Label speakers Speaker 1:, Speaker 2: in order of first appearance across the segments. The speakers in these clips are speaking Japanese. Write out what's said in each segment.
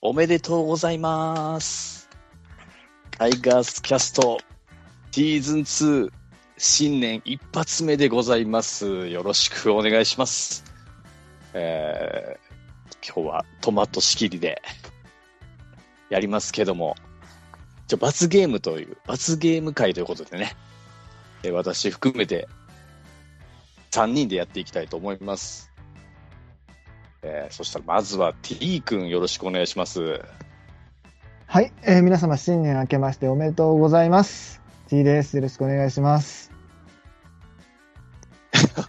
Speaker 1: おめでとうございます。タイガースキャストシーズン2新年一発目でございます。よろしくお願いします。えー今日はトマト仕切りでやりますけども、じゃ罰ゲームという、罰ゲーム会ということでね、えー私含めて3人でやっていきたいと思います。えーそしたらまずは T 君よろしくお願いします。
Speaker 2: はい、えー皆様新年明けましておめでとうございます。T です。よろしくお願いします。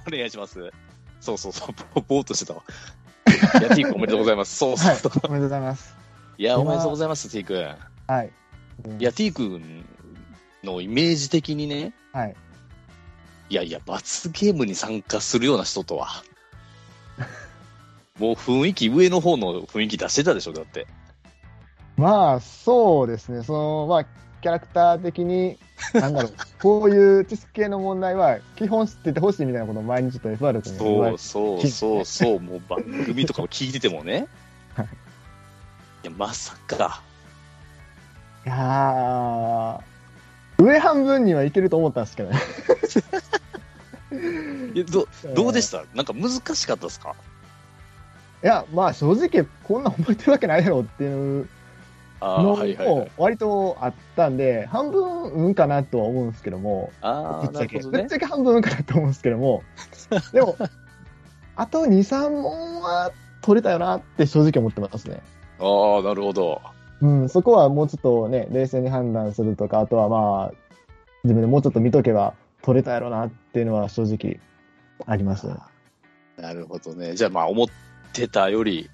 Speaker 1: お願いします。そうそうそう、ぼぼーっとしてたわ。 いや、T 君おめでとうございます。そうそうそう。
Speaker 2: おめでとうございます。
Speaker 1: い、や、
Speaker 2: 今
Speaker 1: おめでとうございます、T 君。い
Speaker 2: はい。うん
Speaker 1: や、T 君のイメージ的にね、
Speaker 2: はい。
Speaker 1: いやいや、罰ゲームに参加するような人と は、もう雰囲気、上の方の雰囲気出してたでしょ、だって。
Speaker 2: まあ、そうですね。その、まあ、キャラクター的 に、なんだろう、こういう知識系の問題は、基本知っててほしいみたいなことを前にちょっと FR 君に言わ
Speaker 1: そ
Speaker 2: れ
Speaker 1: う
Speaker 2: て
Speaker 1: そうそうそう、 もう番組とかを聞いててもね
Speaker 2: はい。
Speaker 1: いや、まさか。
Speaker 2: いやー、上半分にはいけると思ったんですけどね。
Speaker 1: えど どうでしたたなんか難しかったですか
Speaker 2: いや、まあ、正直、こんな覚えてるわけないやろっていう
Speaker 1: あ
Speaker 2: の
Speaker 1: ーはいはいは
Speaker 2: も
Speaker 1: い。
Speaker 2: 割とあったんで、半分、うんかなとは思うんですけども、
Speaker 1: あ
Speaker 2: ぶ
Speaker 1: あ、な
Speaker 2: っちゃ
Speaker 1: る
Speaker 2: け、
Speaker 1: ほど
Speaker 2: ぶっ
Speaker 1: ね。
Speaker 2: ちゃけ半分かなと思うんですけども、でも、あと2、3問は取れたよなって正直思ってますね。
Speaker 1: ああ、なるほど。
Speaker 2: うん、そこはもうちょっとね、冷静に判断するとか、あとはまあ、自分でもうちょっと見とけば取れたやろなっていうのは正直あります。
Speaker 1: なるほどね。じゃあまあ思ってたより、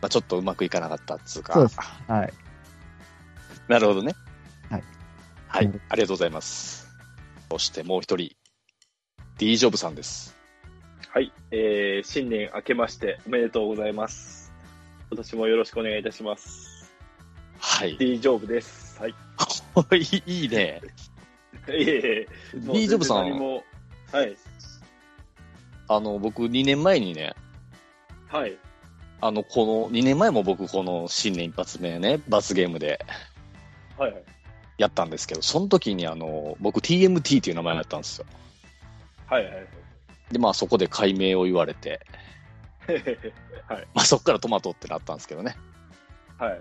Speaker 1: まあ、ちょっとうまくいかなかったっつうか。
Speaker 2: そうですはい。
Speaker 1: なるほどね。
Speaker 2: はい。
Speaker 1: はい。ありがとうございます。そしてもう一人、D ジョブさんです。
Speaker 3: はい、えー、新年明けましておめでとうございます。今年もよろしくお願いいたします。
Speaker 1: はい。
Speaker 3: D ジョブです。はい。
Speaker 1: い いいいね。
Speaker 3: いえいえもう
Speaker 1: D ジョブさ
Speaker 3: 全然何
Speaker 1: ん、
Speaker 3: もはい。
Speaker 1: あの、僕2年前にね、
Speaker 3: はい。
Speaker 1: あの、この、2年前も僕この新年一発目ね、罰ゲームで
Speaker 3: はいはい。
Speaker 1: やったんですけど、その時にあの、僕 TMT っていう名前だったんですよ。
Speaker 3: はいはいはい。
Speaker 1: で、まあそこで解明を言われて、まあそこからトマトってなったんですけどね。
Speaker 3: はい。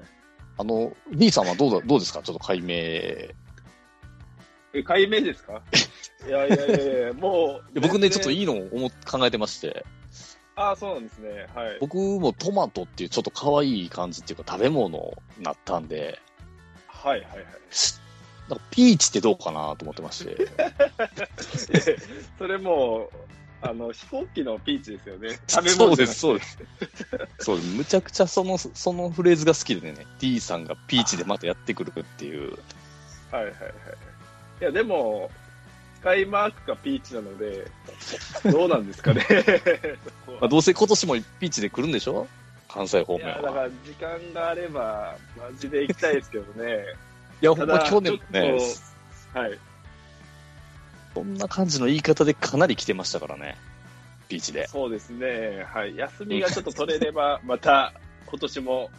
Speaker 1: あの、D さんはどうだ、どうですかちょっと解明。
Speaker 3: え、解明ですかいやいやいやいや、もう。
Speaker 1: 僕ね、ちょっと
Speaker 3: い。
Speaker 1: いいのを思っ考えてまして、
Speaker 3: ああ、そうなんですね。はい。
Speaker 1: 僕もトマトっていうちょっと可愛い感じっていうか食べ物になったんで、
Speaker 3: はいはい はい。
Speaker 1: なんかピーチってどうかなと思ってま して、
Speaker 3: それもう、あの、飛行機のピーチですよね。
Speaker 1: そう
Speaker 3: じゃ
Speaker 1: で
Speaker 3: なくて
Speaker 1: す、そうです。そうです、むちゃくちゃその、そのフレーズが好きでね、D さんがピーチでまたやってくるっていう、
Speaker 3: はいはいはい。いや、でも、スカイマークかピーチなので、どうなんですか ね。そこ
Speaker 1: まあ、
Speaker 3: は
Speaker 1: どうせ今年もピーチで来るんでしょ関西方
Speaker 3: い
Speaker 1: 面
Speaker 3: や、だ
Speaker 1: は。
Speaker 3: から時間があれば、マジで行きたいですけどね。
Speaker 1: いや、 ほ
Speaker 3: た
Speaker 1: んま
Speaker 3: だ、
Speaker 1: 去年も
Speaker 3: ちょ
Speaker 1: ね
Speaker 3: っ、とはい。
Speaker 1: そんな感じの言い方でかなり来てましたからね、ピーチで。
Speaker 3: そうですね。はい。休みがちょっと取れれば、また、今年も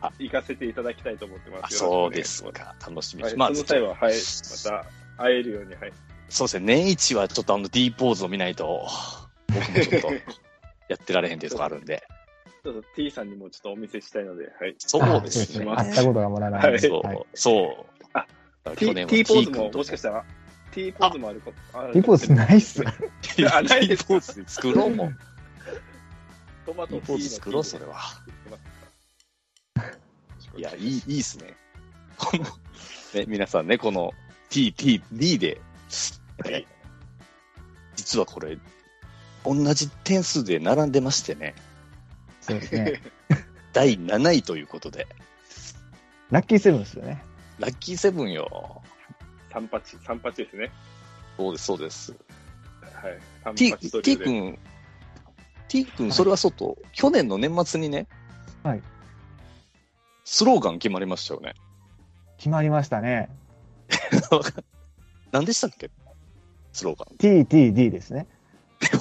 Speaker 1: あ、
Speaker 3: 行かせていただきたいと思ってま
Speaker 1: あ
Speaker 3: す。
Speaker 1: そう
Speaker 3: よ
Speaker 1: で
Speaker 3: ろし
Speaker 1: す
Speaker 3: くお願いし
Speaker 1: か、楽しみ
Speaker 3: ま。
Speaker 1: ですす。
Speaker 3: はい、その際は、はい。
Speaker 1: ちょっと
Speaker 3: また、会えるように、はい。
Speaker 1: そうですね、年一はちょっとあの D ポーズを見ない と、僕もちょっとやってられへんっていうとこあるんで、
Speaker 3: ちょっと T さんにもちょっとお見せしたいので、はい。
Speaker 1: そうですね。
Speaker 2: あ会ったことがもらえないんで。
Speaker 1: そう、
Speaker 2: はい。
Speaker 1: そう。
Speaker 3: あ
Speaker 1: 去
Speaker 3: T,
Speaker 1: 年は
Speaker 3: T ポーズも
Speaker 1: 君、と
Speaker 3: もしかしたら、T ポーズもあること。あ
Speaker 2: T ポーズないっす。
Speaker 3: あない
Speaker 1: T
Speaker 3: です
Speaker 1: ポーズ作ろうもん。
Speaker 3: トマ
Speaker 1: T
Speaker 3: ト
Speaker 1: ポーズ作ろう、それ。は。いや、いい、いいっすね。この、ね、皆さんね、この T、T、D で、
Speaker 3: はい
Speaker 1: 実はこれ、同じ点数で並んでましてね、
Speaker 2: そうですね。
Speaker 1: 第7位ということで、
Speaker 2: ラッキーセブンですよね。
Speaker 1: ラッキーセブンよ。
Speaker 3: 三八、三八ですね。
Speaker 1: そうです、そうです。
Speaker 3: はい。三
Speaker 1: T,
Speaker 3: 八ト
Speaker 1: T
Speaker 3: リオで。
Speaker 1: 君、T 君、
Speaker 2: はい
Speaker 1: それはそうと、去年の年末にね、
Speaker 2: はい
Speaker 1: スローガン決まりましたよね。
Speaker 2: 決まりましたね。
Speaker 1: 何でしたっけスローガン。
Speaker 2: TTD で すね。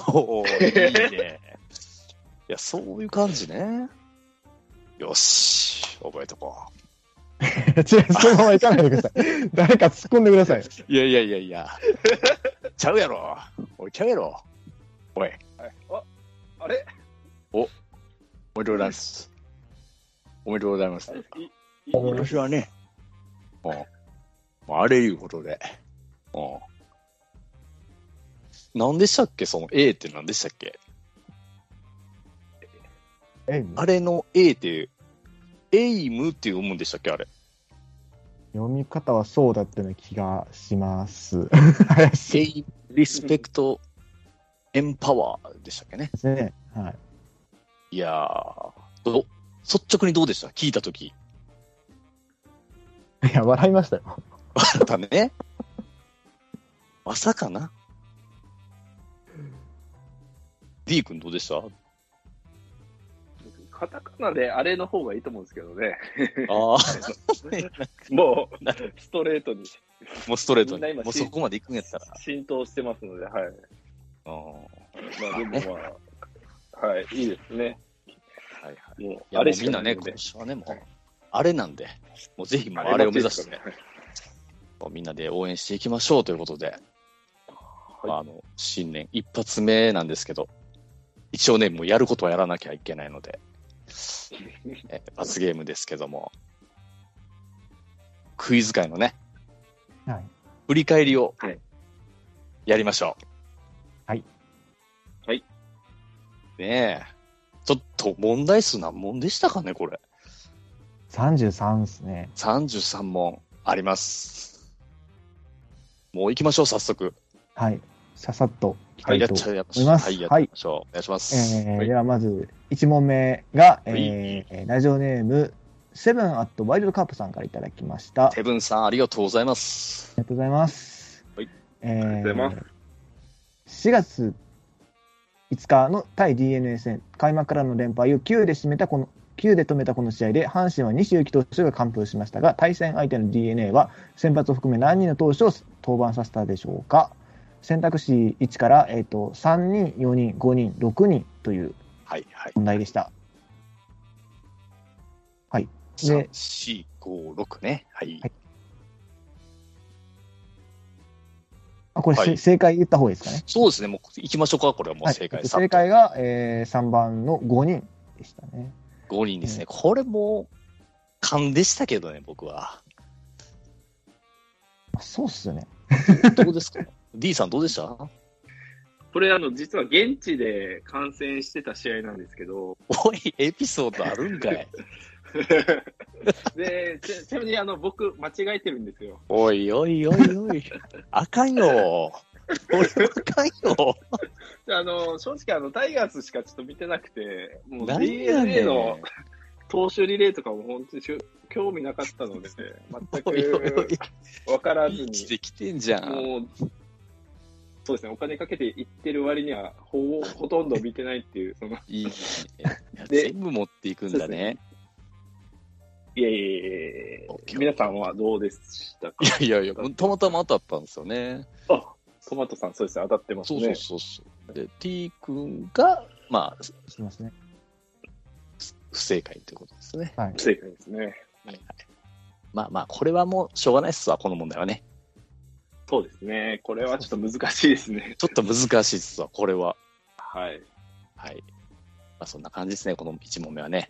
Speaker 1: おーいいね。いや、そういう感じね。よし、覚えとこう。
Speaker 2: 違う、そのまま行かないでください。誰か突っ込んでください。
Speaker 1: いやいやいやいや。 ちゃうやろ。おい、ちゃうやろ。おい、
Speaker 3: はい、ああれ
Speaker 1: おめでとうございます。おめでとうございます。
Speaker 3: いいい
Speaker 1: 私はね、もう、あれいうことで、もう、何でしたっけ、その A って何でしたっけ
Speaker 2: えい
Speaker 1: あれの A って、エイムって読むんでしたっけ、あれ。
Speaker 2: 読み方はそうだったような気がし ます。怪し
Speaker 1: エ
Speaker 2: い
Speaker 1: イ、リスペクト、エンパワーでしたっけね。
Speaker 2: ですね。はい。
Speaker 1: いやー、ど率直にどうでした聞いたとき。
Speaker 2: いや、笑いましたよ。
Speaker 1: あなたね。 まさかな ?D 君どうで した
Speaker 3: カタカナであれの方がいいと思うんですけ どね。
Speaker 1: ああ、
Speaker 3: もう、ストレートに
Speaker 1: もうストレート
Speaker 3: みんな
Speaker 1: に。
Speaker 3: 今
Speaker 1: もうそこまで行くんやったら。
Speaker 3: 浸透してますので、はい。
Speaker 1: うんは
Speaker 3: まあでもまあ、はい、いいですね。
Speaker 1: いはい。
Speaker 3: も、
Speaker 1: いうや、も
Speaker 3: あれ
Speaker 1: う
Speaker 3: し
Speaker 1: みん
Speaker 3: か
Speaker 1: な
Speaker 3: ない
Speaker 1: ね、
Speaker 3: の
Speaker 1: 今
Speaker 3: で。
Speaker 1: 年はね、もう
Speaker 3: はい、
Speaker 1: あれなんで、もうぜひ、もうあれを目指してね、
Speaker 3: はい
Speaker 1: みんなで応援していきましょうということで、
Speaker 3: は
Speaker 1: あの、新年一発目なんですけど、一応ね、もうやることはやらなきゃいけないの で、え罰ゲームですけども、クイズ界のね、
Speaker 2: はい。
Speaker 1: 振り返りを
Speaker 3: はい
Speaker 1: やりましょう。
Speaker 2: はい。
Speaker 3: はい。
Speaker 1: ねえ。ちょっと問題数何問でしたかね、これ。
Speaker 2: 33ですね。
Speaker 1: 33問あります。もう行きましょう、早速。
Speaker 2: はい。ささっといきた
Speaker 1: はい、
Speaker 2: い
Speaker 1: やっ
Speaker 2: と
Speaker 1: ちゃいましょ
Speaker 2: 思い
Speaker 1: う。
Speaker 2: ます。
Speaker 1: はい、やっちゃ
Speaker 2: はい
Speaker 1: いましょう。お願いします。
Speaker 2: え
Speaker 1: は
Speaker 2: ー、
Speaker 1: い
Speaker 2: ではまず1問目が、
Speaker 1: い
Speaker 2: えーラジオネームセブンアットワイルドカープさんからいただきましたあ
Speaker 1: セ
Speaker 2: り
Speaker 1: ブンさん、ありがとうございます。
Speaker 2: がとうございます、
Speaker 1: はい
Speaker 2: え
Speaker 3: ありがとうござい
Speaker 2: 4月5日の対 d n a 戦開幕からの連敗を9で締めたこの9で止めたこの試合で阪神は西勇輝投手が完封しましたが対戦相手の d n a は先発を含め何人の投手を登板させたでしょうか選択肢1から、えー、と3人4人5人6人という
Speaker 1: はい、はい。
Speaker 2: 問題でした。はい。
Speaker 1: 3、4、5、6ね。はい
Speaker 2: は。いあこれ、
Speaker 1: はい
Speaker 2: せ正解言った方がいいですかね。
Speaker 1: そうですね、もう行きましょうか、これはもう正
Speaker 2: は
Speaker 1: 解。
Speaker 2: い、正解が、えー、3番の5人でしたね。
Speaker 1: 5人ですね。
Speaker 2: う
Speaker 1: これも、勘でしたけどね、僕は。
Speaker 2: あそうっすよね。
Speaker 1: どうですか ?D さんどうでした
Speaker 3: これ、あの、実は現地で観戦してた試合なんですけど、
Speaker 1: おい、エピソードあるんかい。
Speaker 3: で、ちちなみに、あの、僕、間違えてるんですよ。
Speaker 1: おいおいおいおい。あかんよ。俺あかんよ。
Speaker 3: であの、正直、あの、タイガースしかちょっと見てなくて、もう
Speaker 1: 何やね
Speaker 3: DNA
Speaker 1: ん。
Speaker 3: の投手リレーとかも本当にしゅ興味なかったので、全
Speaker 1: おいおいおい
Speaker 3: く。分からず
Speaker 1: 生き
Speaker 3: に、
Speaker 1: てきてんじゃん。
Speaker 3: もう、そうですね、お金かけて行ってる割には、ほぼほとんど見てないっていう、その、
Speaker 1: いいね。
Speaker 3: で
Speaker 1: 全部持っていくんだね。
Speaker 3: いやいやいやいや
Speaker 1: オッケー
Speaker 3: 皆さんはどうでしたか
Speaker 1: いやいやいや、たまたま当たったんですよね。
Speaker 3: あ、トマトさん、そうですね、当たってます
Speaker 1: そ
Speaker 3: ね。
Speaker 1: うそうそうそう。で、T 君が、まあ、
Speaker 2: すみませんね。
Speaker 1: 不正解ということですね。
Speaker 2: はい
Speaker 3: 不。正解ですね。
Speaker 1: まあまあ、これはもうしょうがないっすわ、この問題はね。
Speaker 3: そうですね。これはちょっと難しいですね。
Speaker 1: ちょっと難しいっすわ、これは。
Speaker 3: はい。
Speaker 1: はい。まあ、そんな感じですね、この1問目はね。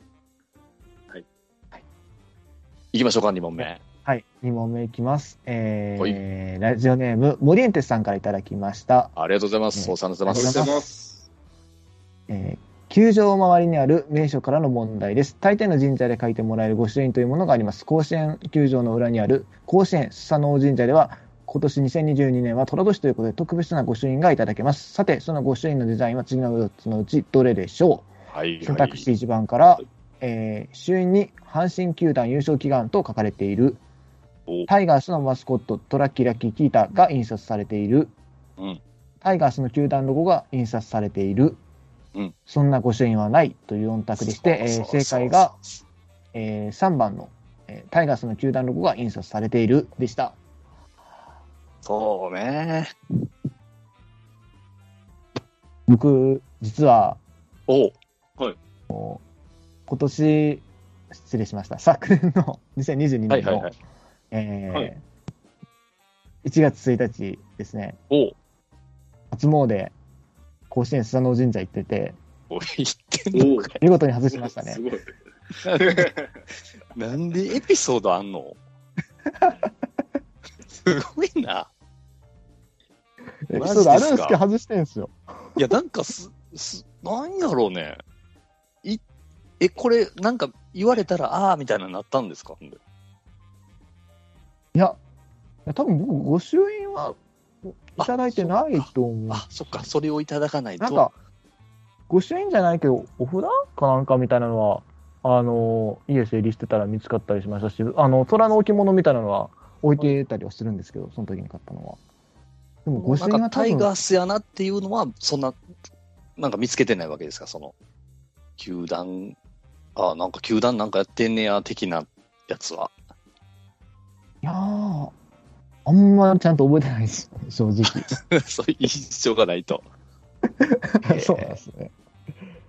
Speaker 3: はい。
Speaker 1: はい、いきましょうか、2問目。
Speaker 2: はい。2問目いきます。えー、ラジオネーム、モリエンテスさんからいただきました。
Speaker 1: ありがとうございます。
Speaker 2: うん
Speaker 1: お世話にな
Speaker 3: あ
Speaker 1: っ
Speaker 3: り
Speaker 1: てま
Speaker 3: がとう
Speaker 1: す。
Speaker 3: ございます。
Speaker 2: えー球場周りにある名所からの問題です。大抵の神社で書いてもらえる御朱印というものがあります。甲子園球場の裏にある甲子園須佐能神社では、今年2022年は寅年ということで特別な御朱印がいただけます。さて、その御朱印のデザインは次の4つのうちどれでしょ
Speaker 1: はい、はいう
Speaker 2: 選択肢1番から、えー朱印に阪神球団優勝祈願と書かれている
Speaker 1: お。
Speaker 2: タイガースのマスコット、トラキラキキータが印刷されている。
Speaker 1: うん
Speaker 2: タイガースの球団ロゴが印刷されている。
Speaker 1: うん
Speaker 2: そんな御朱印はないという4択でして、えー
Speaker 1: そうそうそう
Speaker 2: 正解が、え3番の、えータイガースの球団ロゴが印刷されているでした。
Speaker 1: そうね。
Speaker 2: 僕、実は
Speaker 1: おう
Speaker 2: 今年失礼しました。昨年の2022
Speaker 1: はい
Speaker 2: 年
Speaker 1: はいは
Speaker 2: の
Speaker 1: い。
Speaker 2: え
Speaker 3: は
Speaker 2: ー
Speaker 3: い
Speaker 2: 1月1日ですね、
Speaker 1: おう
Speaker 2: 初詣、甲子園須佐野神社行ってて、
Speaker 1: おい、言ってんの
Speaker 3: おお。
Speaker 2: 見事に外しましたね
Speaker 3: す。ごい。
Speaker 1: なんでエピソードあんのすごいな。
Speaker 2: エ
Speaker 1: マ
Speaker 2: ピ
Speaker 1: ジ
Speaker 2: ソ
Speaker 1: ですか
Speaker 2: ードあるんですけど、外してんすよ。
Speaker 1: いや、なんかす、す、なんやろうね。い、え、これ、なんか言われたら、ああーみたいなのなったんですかほんで
Speaker 2: いや、いや多分僕、御朱印はいただいてないと思う。
Speaker 1: あ、そっか、それをいただかないと。
Speaker 2: なんか、御朱印じゃないけど、お札かなんかみたいなのは、あの、家整理してたら見つかったりしましたし、あの、虎の置物みたいなのは置いてたりはするんですけど、その時に買ったのは。でも、御朱
Speaker 1: なん
Speaker 2: 印
Speaker 1: か
Speaker 2: は多
Speaker 1: タイ
Speaker 2: 分、
Speaker 1: ガースやなっていうのは、そんな、なんか見つけてないわけですか、その、球団、あなんか球団なんかやってんねや、的なやつは。
Speaker 2: いやー、あんまちゃんと覚えてないです、正 直。
Speaker 1: そういう印象がないと。ー
Speaker 2: そうなんですね。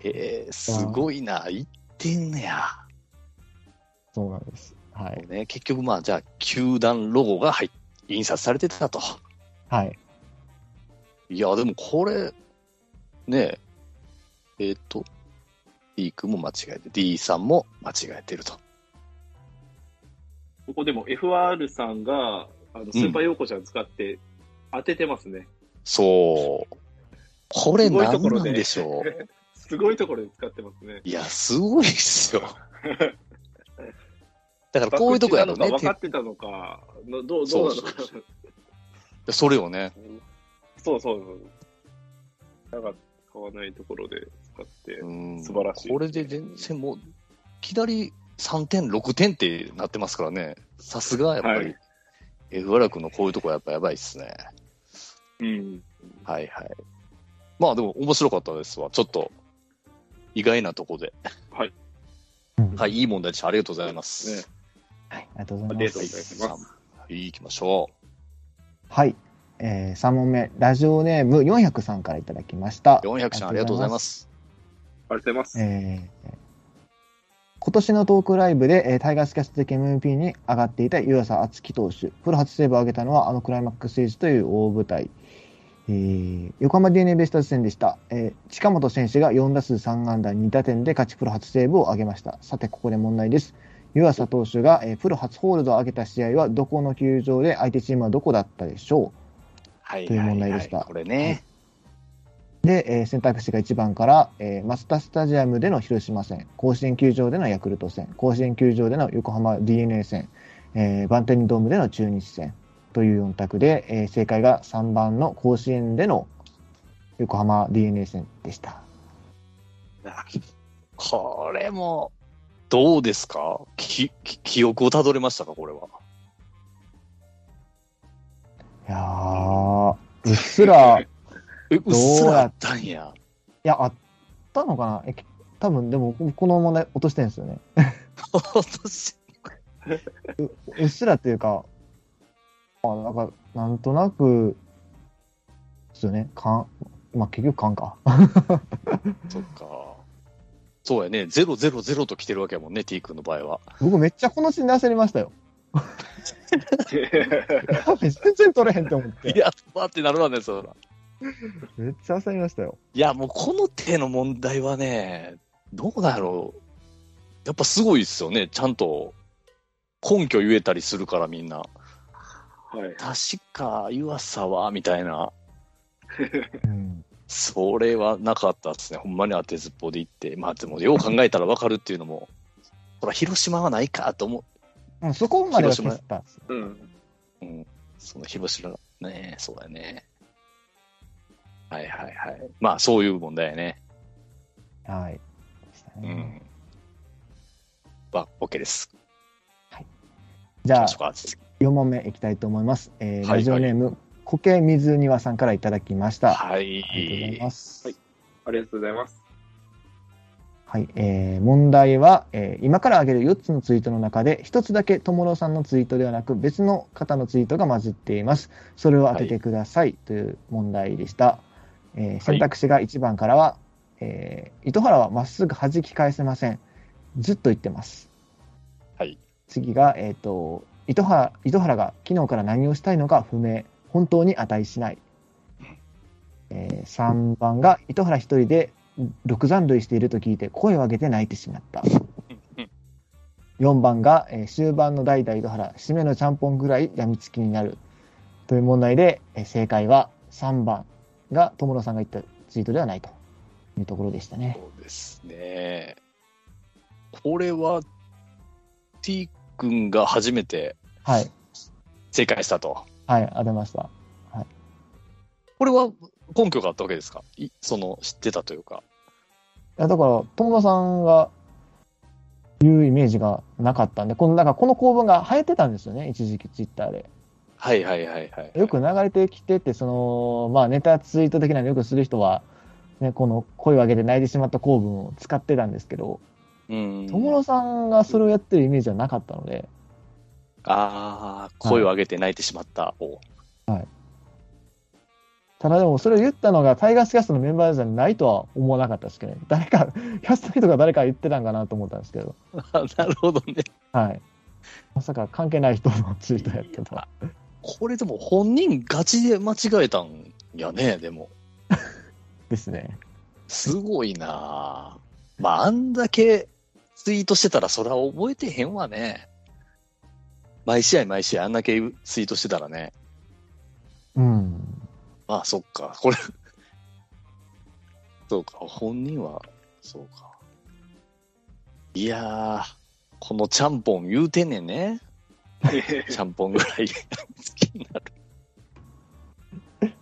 Speaker 1: えー、すごいな、言ってんねや。
Speaker 2: そうなんです。はい。
Speaker 1: ね、結局、まあ、じゃあ、球団ロゴが入っ印刷されてたと。
Speaker 2: はい。
Speaker 1: いや、でもこれ、ねえ、えっ、と、D 君も間違えて、D さんも間違えてると。
Speaker 3: ここでも FR さんが、あの、スーパーヨーコちゃん使って当ててますね。
Speaker 1: そう。これ
Speaker 3: すごいと
Speaker 1: 何
Speaker 3: こ
Speaker 1: な
Speaker 3: ろ
Speaker 1: ん
Speaker 3: で
Speaker 1: でしょう。
Speaker 3: すごいところで使ってますね。
Speaker 1: いや、すごいっす よ。だからこういうとこやろね
Speaker 3: バック。なのか分かってたのか、のどう、どうなのか。
Speaker 1: そうそてそれをね、
Speaker 3: そうそうそう。なんか買わないところで使って。
Speaker 1: うん
Speaker 3: 素晴らしい
Speaker 1: これで全然もう、いきなり3点、6点ってなってますからね。さすがやっぱ
Speaker 3: は
Speaker 1: り
Speaker 3: い、
Speaker 1: F 原君のこういうとこやっぱやばいっすね。
Speaker 3: うん。
Speaker 1: はいはい。まあでも面白かったですわ。ちょっと、意外なとこで。
Speaker 2: うん。
Speaker 1: はいい、いい問題でした。ありがとうございます。
Speaker 3: ね
Speaker 2: ありがとうござい
Speaker 3: あ
Speaker 2: ます
Speaker 3: りがとうございます。
Speaker 1: はい、行きましょ
Speaker 2: はい。えー、3問目、ラジオネーム400さんからいただきました。
Speaker 1: う。400ちゃん、ありがとうございます。
Speaker 3: ありがとうございます。
Speaker 2: えー今年のトークライブで、えータイガースキャスト的 MVP に上がっていた湯浅敦樹投手、プロ初セーブを挙げたのはあのクライマックスステージという大舞台、えー横浜 d n a ベイスターズ戦でした、えー近本選手が4打数3安打2打点で勝ちプロ初セーブを挙げました。さて、ここで問題です。湯浅投手が、えープロ初ホールドを挙げた試合はどこの球場で相手チームはどこだったでしょ
Speaker 1: はい、
Speaker 2: という問題でした
Speaker 1: はいはいこれね。
Speaker 2: うで、えー選択肢が1番から、えーマツダスタジアムでの広島戦、甲子園球場でのヤクルト戦、甲子園球場での横浜 d n a 戦、えーバンテリンドームでの中日戦という4択で、えー正解が3番の甲子園での横浜 d n a 戦でした。
Speaker 1: これも、どうですかきき記憶をたどれましたか、これは。
Speaker 2: いやー、うっすら、い
Speaker 1: え、うっすらあったんや。
Speaker 2: や、あったのかなえき多分、でも、この問題落としてるんですよね。
Speaker 1: 私
Speaker 2: うっすらっていうか、まあ、なんか、なんとなく、ですよね、勘、まあ、結局勘か。
Speaker 1: そっか。そうやね、000と来てるわけやもんね、T 君の場合は。
Speaker 2: 僕めっちゃこのシーンで焦りましたよ。 やべ全然取れへんと思っ
Speaker 1: い
Speaker 2: て。
Speaker 1: や、ばってなるわね、そうだ。
Speaker 2: めっちゃ焦りましたよ。
Speaker 1: いや、もうこの手の問題はね、どうだろう。やっぱすごいですよね、ちゃんと根拠言えたりするから、みんな。
Speaker 3: はい。
Speaker 1: 確か、湯浅は、みたいな。
Speaker 2: うん。
Speaker 1: それはなかったですね。ほんまに当てずっぽうで言って。まあでも、よう考えたらわかるっていうのも、ほら、広島はないかと思
Speaker 2: うん、そこまでは消ったんですよ。
Speaker 3: うん。
Speaker 1: う。うん。その広島が、ねそうだね。はいはいはい。まあ、そういう問題やね。
Speaker 2: はい。でした
Speaker 1: う
Speaker 2: ね
Speaker 1: ん。まあ、OK です。
Speaker 2: じゃあ
Speaker 1: 行きましょ、うか
Speaker 2: 4問目いきたいと思います。えー
Speaker 1: はい
Speaker 2: ラジオネーム、苔水庭さんからいただきました。
Speaker 1: は
Speaker 2: ありがとうござい
Speaker 1: い。
Speaker 2: ます。
Speaker 3: はいありがとうござい ます。
Speaker 2: はい、えー問題は、えー今から挙げる4つのツイートの中で、1つだけ友野さんのツイートではなく、別の方のツイートが混じっています。それを当ててくださいという問題でした。えー選択肢が1番からは、えー糸原はまっすぐ弾き返せません。ずっと言ってます。
Speaker 1: はい
Speaker 2: 次が、えっ、と、糸原、糸原が昨日から何をしたいのか不明。本当に値しない。えー、3番が、糸原一人で6残塁していると聞いて声を上げて泣いてしまった。4番が、えー終盤の代打井戸原、締めのちゃんぽんぐらい病みつきになる。という問題で、えー正解は3番が、友野さんが言ったツイートではないというところでしたね。
Speaker 1: そうですね。これは、T 君が初めて
Speaker 2: はい。
Speaker 1: 正解したと。
Speaker 2: はい、当てました。
Speaker 1: これは根拠があったわけですかいその、知ってたというか。
Speaker 2: いやだから、友野さんが言うイメージがなかったんで、この、なんかこの構文が流行ってたんですよね、一時期ツイッターで。
Speaker 1: はいはいはいはい。
Speaker 2: よく流れてきてて、その、まあネタツイート的なのよくする人は、ね、この声を上げて泣いてしまった構文を使ってたんですけど、
Speaker 1: うん。
Speaker 2: 友野さんがそれをやってるイメージはなかったので、
Speaker 1: ああ、声を上げて泣いて しまった。お
Speaker 2: ただでもそれを言ったのがタイガースキャストのメンバーじゃないとは思わなかったですけどね、 誰か、キャストの人が誰か言ってたんかなと思ったんですけど、
Speaker 1: あなるほどね。
Speaker 2: はい。まさか関係ない人のツイートやってた。
Speaker 1: これでも本人ガチで間違えたんやね、でも。
Speaker 2: ですね。
Speaker 1: すごいなぁまあ、あんだけツイートしてたらそれは覚えてへんわね。毎試合毎試合あんだけツイートしてたらね。
Speaker 2: うん。
Speaker 1: まあ、そっか。これ、そうか。本人は、そうか。いやー、このちゃんぽん言うてんねんね。ちゃんぽんぐらい 好きになる。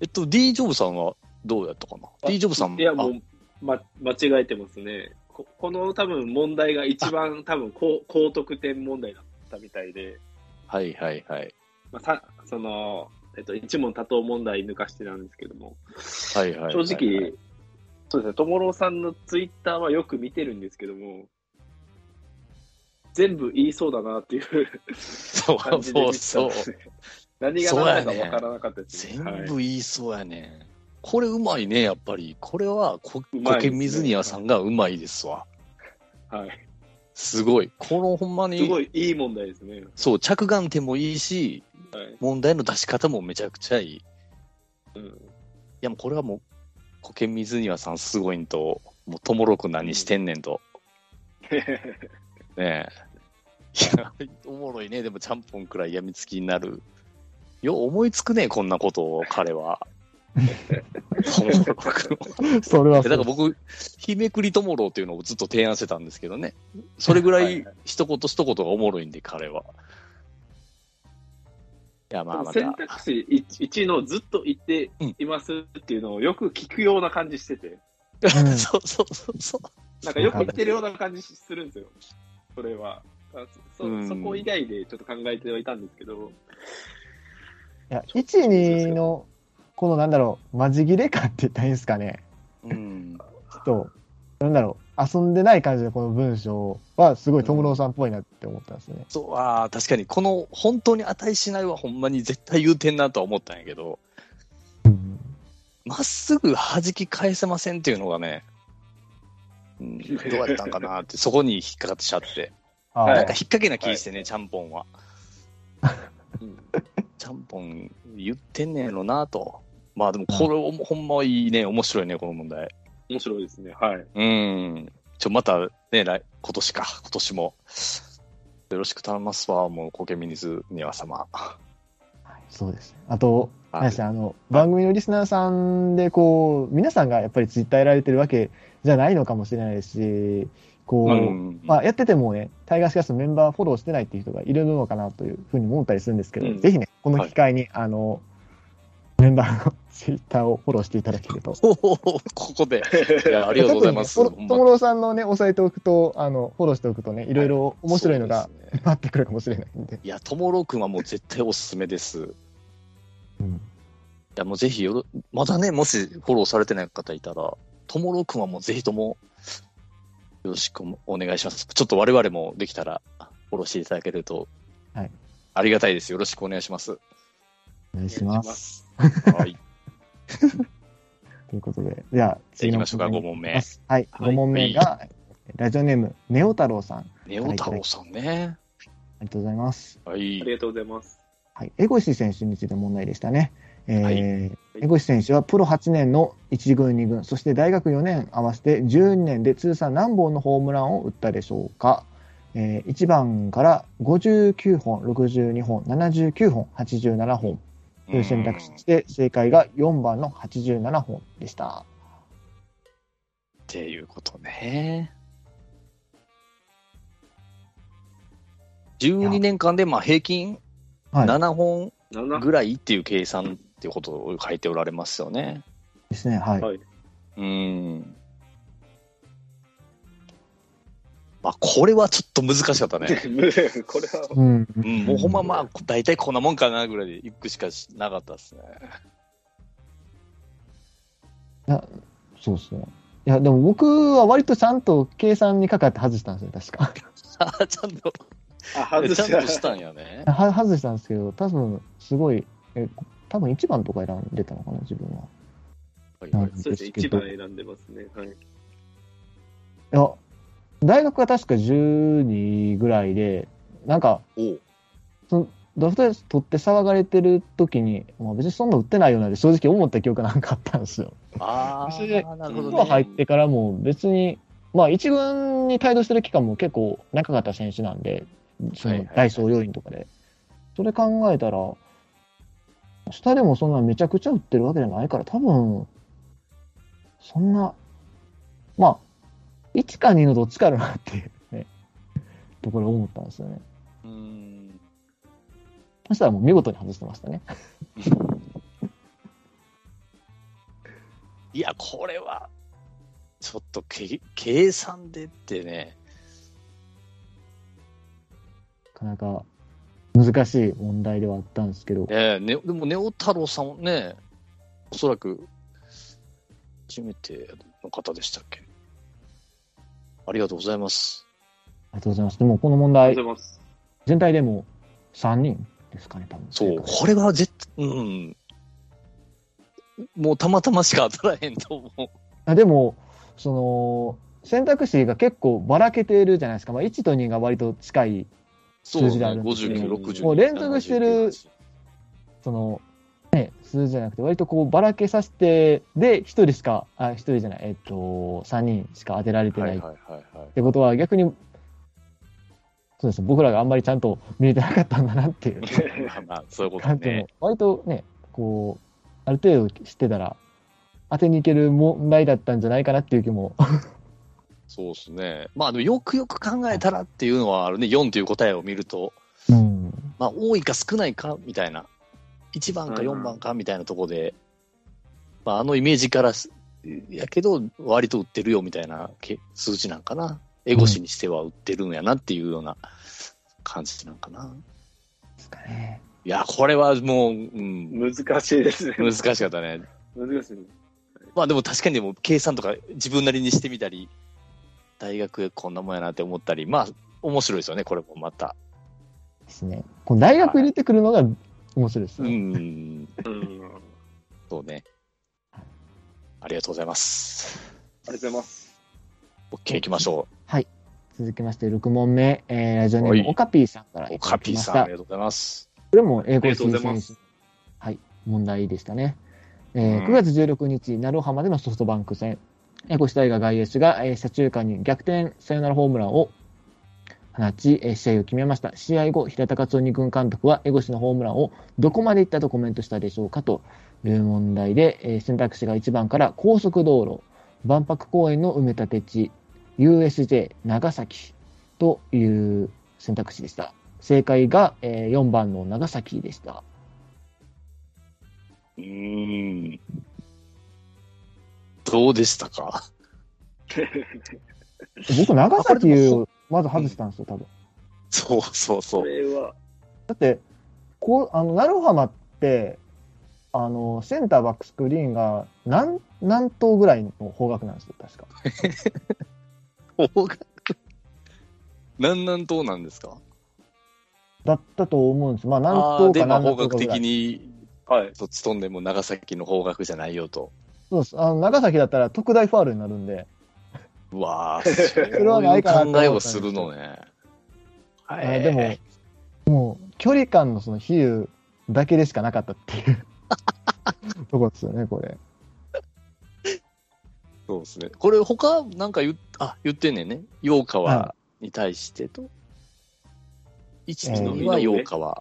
Speaker 1: えっと、D ジョブさんはどうやったかな
Speaker 3: あ
Speaker 1: ?D ジョブさん
Speaker 3: いや、もう、ま、間違えてますね。ここの多分問題が一番多分高高得点問題だったみたいで、
Speaker 1: あはいはいはい。
Speaker 3: まあ、さその、えっと、一問多答問題抜かしてなんですけども、
Speaker 1: はいはいはい
Speaker 3: 正
Speaker 1: はい
Speaker 3: 直、そうですね、友郎さんのツイッターはよく見てるんですけども、全部言いそうだなっていう
Speaker 1: そ
Speaker 3: 感
Speaker 1: う
Speaker 3: じで
Speaker 1: そう
Speaker 3: 見てた
Speaker 1: そ
Speaker 3: の
Speaker 1: う
Speaker 3: で。、何が何だかわからなかったですね
Speaker 1: 全
Speaker 3: はい
Speaker 1: 部言いそうやね。これうまいね、やっぱり。これはこ、
Speaker 3: うまい
Speaker 1: こ
Speaker 3: です
Speaker 1: け
Speaker 3: ね
Speaker 1: 水庭さんがうまいですわ。
Speaker 3: はい。
Speaker 1: すごい。このほんます
Speaker 3: ご
Speaker 1: に、
Speaker 3: いいい問題ですね。
Speaker 1: そう、着眼点もいいし、
Speaker 3: はい。
Speaker 1: 問題の出し方もめちゃくちゃいい。い
Speaker 3: うん。
Speaker 1: や、もうこれはもう、こけ水庭さんすごいんと、もう、ともろく何してんねんと。ねえ。いや、おもろいね。でも、ちゃんぽんくらい病みつきになる。よう思いつくね、こんなことを、彼 は。おもろく。
Speaker 2: それはそ
Speaker 1: だ
Speaker 2: う
Speaker 1: から僕、日めくりともろうっていうのをずっと提案してたんですけどね。それぐらい一言一言がおもろいんで、彼は。いや、まあまた
Speaker 3: 選。択肢 1, のずっと言っていますっていうのをよく聞くような感じしてて、
Speaker 2: うん
Speaker 1: そうそうそうそう。
Speaker 3: なんかよく言ってるような感じするんですよ、それは。あそ
Speaker 1: うん
Speaker 3: そそこ以外でちょっと考えてはいたんですけど、
Speaker 2: いや、1、2の、このなんだろう、まじ切れ感って言ったらいいんですかね。
Speaker 1: うん。
Speaker 2: ちょっと、なんだろう、遊んでない感じのこの文章は、すごい友郎さんっぽいなって思ったんですね。
Speaker 1: そう、ああ、確かに、この、本当に値しないはほんまに絶対言うてんなとは思ったんやけど、
Speaker 2: うん。
Speaker 1: まっすぐ弾き返せませんっていうのがね、うん、どうやったんかなって、そこに引っかかってしちゃって。
Speaker 2: ああ
Speaker 3: はい
Speaker 1: なんか引っ掛けな気してね、ちゃんぽんは。
Speaker 3: うん
Speaker 1: ちゃんぽん言ってんねやろなと。まあでもこれおも、ほんまいいね、面白いね、この問題。
Speaker 3: 面白いですね。 はい。
Speaker 1: うん。ちょ、またね、来、今年か、今年も。よろしく頼ますわ、もう、コケミニズニワ様。
Speaker 2: そうですね。あと、
Speaker 1: はい
Speaker 2: 何ですかあの、番組のリスナーさんで、こう、皆さんがやっぱりツイッターやられてるわけじゃないのかもしれないし、こう、
Speaker 1: うん。
Speaker 2: まあ、やっててもね、タイガースキャストのメンバーフォローしてないっていう人がいるのかなというふうに思ったりするんですけど、
Speaker 3: うん
Speaker 2: ぜひね、この機会に、あの、メンバーのツイッターをフォローしていただけると。
Speaker 1: おおここで。いや、ありがとうござい ます。
Speaker 2: 特にね、ともろさんのね、押さえておくと、あの、フォローしておくとね、いろいろ面白いの
Speaker 1: そ
Speaker 2: が
Speaker 1: うですね
Speaker 2: 待ってくるかもしれないんで。
Speaker 1: いや、ともろくんはもう絶対おすすめです。
Speaker 2: うん
Speaker 1: いや、もうぜひよろ、まだね、もしフォローされてない方いたら、ともろくんはもうぜひとも、よろしくお願いします。ちょっと我々もできたら、フォローしていただけると、
Speaker 2: はい
Speaker 1: ありがたいです。よろしくお願いします。
Speaker 2: お願いします。
Speaker 3: す。
Speaker 1: はい。
Speaker 2: ということで、じゃあ、
Speaker 1: じゃあ行きましょうか、
Speaker 2: 問
Speaker 1: 5
Speaker 2: 題
Speaker 1: 問目。
Speaker 2: はい、
Speaker 1: はい
Speaker 2: 5問目が、ラジオネーム、ネオ太郎さん。
Speaker 1: ネオ太郎さんね。
Speaker 2: ありがとうございます。
Speaker 1: は
Speaker 3: あ
Speaker 1: い
Speaker 3: り。がとうございます。
Speaker 2: はい、江越選手について問題でしたね。えー
Speaker 1: はい
Speaker 2: 江越選手はプロ8年の1軍、2軍、そして大学4年合わせて12年で通算何本のホームランを打ったでしょうか、えー、1番から59本、62本、79本、87本という選択肢
Speaker 1: うんっ
Speaker 2: で正解が4番の87本でした。
Speaker 1: ていうことね。12年間でまあ平均
Speaker 2: はい、
Speaker 1: 7本
Speaker 3: 7
Speaker 1: ぐらいっていう計算っていうことを書いておられますよね。
Speaker 2: ですね、はい。
Speaker 3: はい
Speaker 1: うん。まあ、これはちょっと難しかった ね。
Speaker 3: これは、
Speaker 2: うん、
Speaker 1: うん、もうほんままあ、大体こんなもんかなぐらいで行くしかしなかったですね。
Speaker 2: そうですね。いや、でも僕は割とちゃんと計算にかかって外したんですよ、確か。
Speaker 1: あちゃんと、
Speaker 3: あ、外
Speaker 1: ちゃ
Speaker 3: し
Speaker 1: ん
Speaker 3: た
Speaker 1: と。したんやね。
Speaker 2: は外したんですけど、多分すごい、え多分1番とか選んでたのかな、自分は。
Speaker 1: はいはい
Speaker 3: そうですね、一番選んでますね。はい。
Speaker 2: いや、大学が確か12ぐらいで、なんか、
Speaker 1: おう
Speaker 2: ドラフトで取って騒がれてる時に、まあ、別にそんな打ってないよなって正直思った記憶なんかあったんですよ。
Speaker 1: あ
Speaker 2: それで
Speaker 1: あ、なるほ
Speaker 2: プ
Speaker 1: ど
Speaker 2: ロ
Speaker 1: ね。
Speaker 2: 入ってからも別に、まあ一軍に帯同してる期間も結構長かった選手なんで、そ
Speaker 1: はい
Speaker 2: の
Speaker 1: はい
Speaker 2: ダイソー要員とかで。それ考えたら、下でもそんなめちゃくちゃ打ってるわけじゃないから、多分、そんな、まあ、1か2のどっちかだなっていうね、ところを思ったんですよね。
Speaker 1: うん。
Speaker 2: そしたらもう見事に外してましたね。
Speaker 1: いや、これは、ちょっとけ計算でってね、
Speaker 2: なかなか難しい問題ではあったんですけど、
Speaker 1: ええね、でも、ネオ太郎さんはね、おそらく、初めての方でしたっけ。ありがとうございます。
Speaker 2: ありがとうございます。でもこの問
Speaker 3: あ
Speaker 2: 題
Speaker 3: りがと、うございます。
Speaker 2: 全体でも3人ですかね、多分。
Speaker 1: そう、
Speaker 2: 正
Speaker 1: これは絶対、うん。もうたまたましか当たらへんと思う。
Speaker 2: 解あでも、その、選択肢が結構ばらけてるじゃないですか。まあ、1と2が割と近い、
Speaker 1: そうね、
Speaker 2: 数字があるんですね
Speaker 1: 59、60。
Speaker 2: もう連続してる
Speaker 1: 79
Speaker 2: その、ね、数字じゃなくて、割とこうばらけさせて、で、1人しか、あ、1人じゃない、えっと、3人しか当てられて
Speaker 1: は
Speaker 2: ないいっ
Speaker 1: はいはいはい。
Speaker 2: てことは、逆に、そうですね、僕らがあんまりちゃんと見れてなかったんだなっていう。
Speaker 1: まあまあ、そういうこと
Speaker 2: 観点
Speaker 1: ね
Speaker 2: も。割とね、こう、ある程度知ってたら、当てに行ける問題だったんじゃないかなっていう気も。
Speaker 1: そうですね。まあ、でもよくよく考えたらっていうのはあるね。4という答えを見ると、
Speaker 2: うん。
Speaker 1: まあ、多いか少ないかみたいな。1番か
Speaker 3: うん
Speaker 1: 4番かみたいなとこで、まあ、あのイメージからす、やけど、割と売ってるよみたいなけ数字なんかな。エゴシにしては売ってるんやなっていうような感じなんかな。
Speaker 2: ですかね。
Speaker 1: いや、これはもう、うん、
Speaker 3: 難しいですね。
Speaker 1: 難しかったね。
Speaker 3: 難しいね。
Speaker 1: まあでも確かにでも計算とか自分なりにしてみたり、大学こんなもんやなって思ったり、まあ面白いですよね、これもまた。
Speaker 2: ですね。この大学入れてくるのが面白いです
Speaker 1: う
Speaker 2: ね。
Speaker 1: ん、
Speaker 3: うん。ありが
Speaker 1: そうね。ありがとうございます。
Speaker 3: とうございます。
Speaker 1: OK 行きましょ
Speaker 2: 続きまして、6問目、えー、ラジオネー
Speaker 1: は
Speaker 2: ム、
Speaker 1: い
Speaker 2: オカピーさんから
Speaker 1: う。
Speaker 2: い
Speaker 1: お
Speaker 2: ただ
Speaker 1: か
Speaker 2: き
Speaker 1: ぴ
Speaker 2: ま
Speaker 1: ー
Speaker 2: し
Speaker 1: さん、あ
Speaker 2: た
Speaker 1: り。がとうございます。
Speaker 2: これも英語
Speaker 3: あり
Speaker 2: 新
Speaker 3: がとう
Speaker 2: 選
Speaker 3: ございま
Speaker 2: 手
Speaker 3: す。
Speaker 2: はい、問題でしたね。え
Speaker 1: うん
Speaker 2: ー、9月16日、鳴尾浜でのソフトバンク戦、江越大河外野手が、えー、左中間に逆転サヨナラホームランを放ち、えー試合を決めました。試合後、平田勝夫二軍監督は江越のホームランをどこまでいったとコメントしたでしょうかという問題で、えー選択肢が1番から高速道路、万博公園の埋め立て地、USJ 長崎という選択肢でした。正解が、えー4番の長崎でした。
Speaker 1: うーん。どうでしたか
Speaker 2: 僕、長
Speaker 1: あこれ
Speaker 2: 崎
Speaker 1: で
Speaker 2: をまず外したんですよ、多分。
Speaker 1: そうそうそ
Speaker 3: こ
Speaker 1: う。
Speaker 3: れは、
Speaker 2: だって、こう、あの、鳴浜って、あの、センターバックスクリーンが南、南東ぐらいの方角なんですよ、確か。
Speaker 1: 方角。南南東なんですか
Speaker 2: だったと思うんです。まあ、
Speaker 1: あ
Speaker 2: 南
Speaker 1: あー、
Speaker 2: 東
Speaker 1: で、
Speaker 2: か
Speaker 1: まあ
Speaker 2: 南
Speaker 1: 方
Speaker 2: 東か
Speaker 1: 角
Speaker 2: ぐら
Speaker 1: 的
Speaker 2: い。
Speaker 1: に、
Speaker 3: はい。
Speaker 1: そっち飛んでも長崎の方角じゃないよと。
Speaker 2: そうです。あの、長崎だったら特大ファウルになるんで、
Speaker 1: うわあ、そうい
Speaker 2: れはな
Speaker 1: う
Speaker 2: いかなと思ったん
Speaker 1: 考
Speaker 2: です
Speaker 1: えを
Speaker 2: よ
Speaker 1: するのね。は
Speaker 2: あでも、もう距離感のその比喩だけでしかなかったっていう とこですよね、これ。
Speaker 1: そうですね。これ、他、なんか言っ、あ、言ってんねんね。洋川
Speaker 2: は
Speaker 1: に対してと。一
Speaker 2: え
Speaker 1: の
Speaker 2: ー
Speaker 1: みは洋川。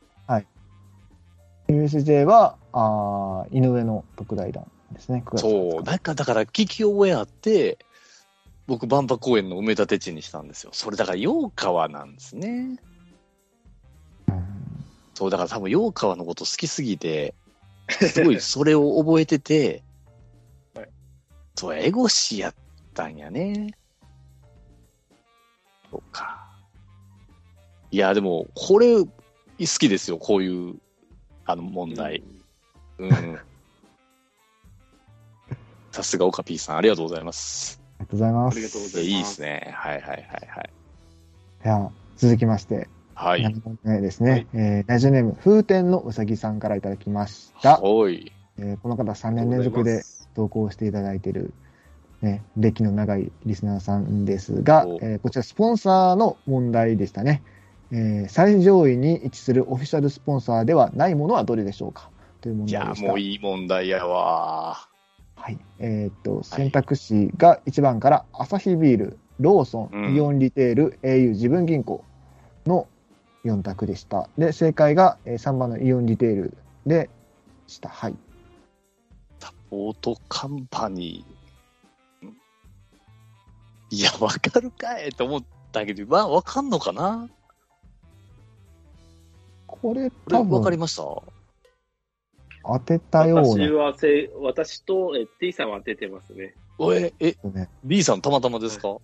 Speaker 2: USJ は、あー井上の特大弾ですね、9月
Speaker 1: そう。なんか、だから、聞き覚えあって、僕、万博公園の埋め立て地にしたんですよ。それ、だから、洋川なんですね。そう、だから多分、洋川のこと好きすぎて、すごいそれを覚えてて
Speaker 3: はい、
Speaker 1: そう、エゴシやったんやね。そうか。いや、でも、これ、好きですよ、こういう、あの、問題。うん。さすが、オカピーさん、ありがとうございます。
Speaker 2: ありがとうございま
Speaker 3: ありがとうご
Speaker 2: す。
Speaker 3: ざいます
Speaker 1: いいですね。はいはいはいはい。
Speaker 2: では、続きまして、
Speaker 1: はい。
Speaker 2: 7問目ですね、えーラジオネーム、風天のうさぎさんからいただきました。
Speaker 1: はい。
Speaker 2: えーこの方、3
Speaker 3: あり
Speaker 2: 年連
Speaker 3: が とう
Speaker 2: 続
Speaker 3: ございま
Speaker 2: です投稿していただいている、ね、歴の長いリスナーさんですが
Speaker 1: お、
Speaker 2: えーこちらスポンサーの問題でしたね、えー最上位に位置するオフィシャルスポンサーではないものはどれでしょうかという問
Speaker 1: い
Speaker 2: 題
Speaker 1: や
Speaker 2: で、した。
Speaker 1: もういい問題やわ。
Speaker 2: はい。えーっと、選択肢が1番から、アサヒビール、ローソ
Speaker 1: うん
Speaker 2: ン、イオンリテール、au 自分銀行の4択でした。で、正解がえー3番のイオンリテールでした。はい。
Speaker 1: サポートカンパニー。んいや、わかるかいと思ったけど、まあ、わかんのかな
Speaker 2: これ
Speaker 1: これ
Speaker 2: 多
Speaker 1: わかり
Speaker 2: 分
Speaker 1: ましたは
Speaker 2: 当てたよう
Speaker 3: 私
Speaker 2: な
Speaker 3: はせ、私とえ T さんは当ててますね。
Speaker 1: え、え、
Speaker 2: ね。
Speaker 1: B さんたまたまです か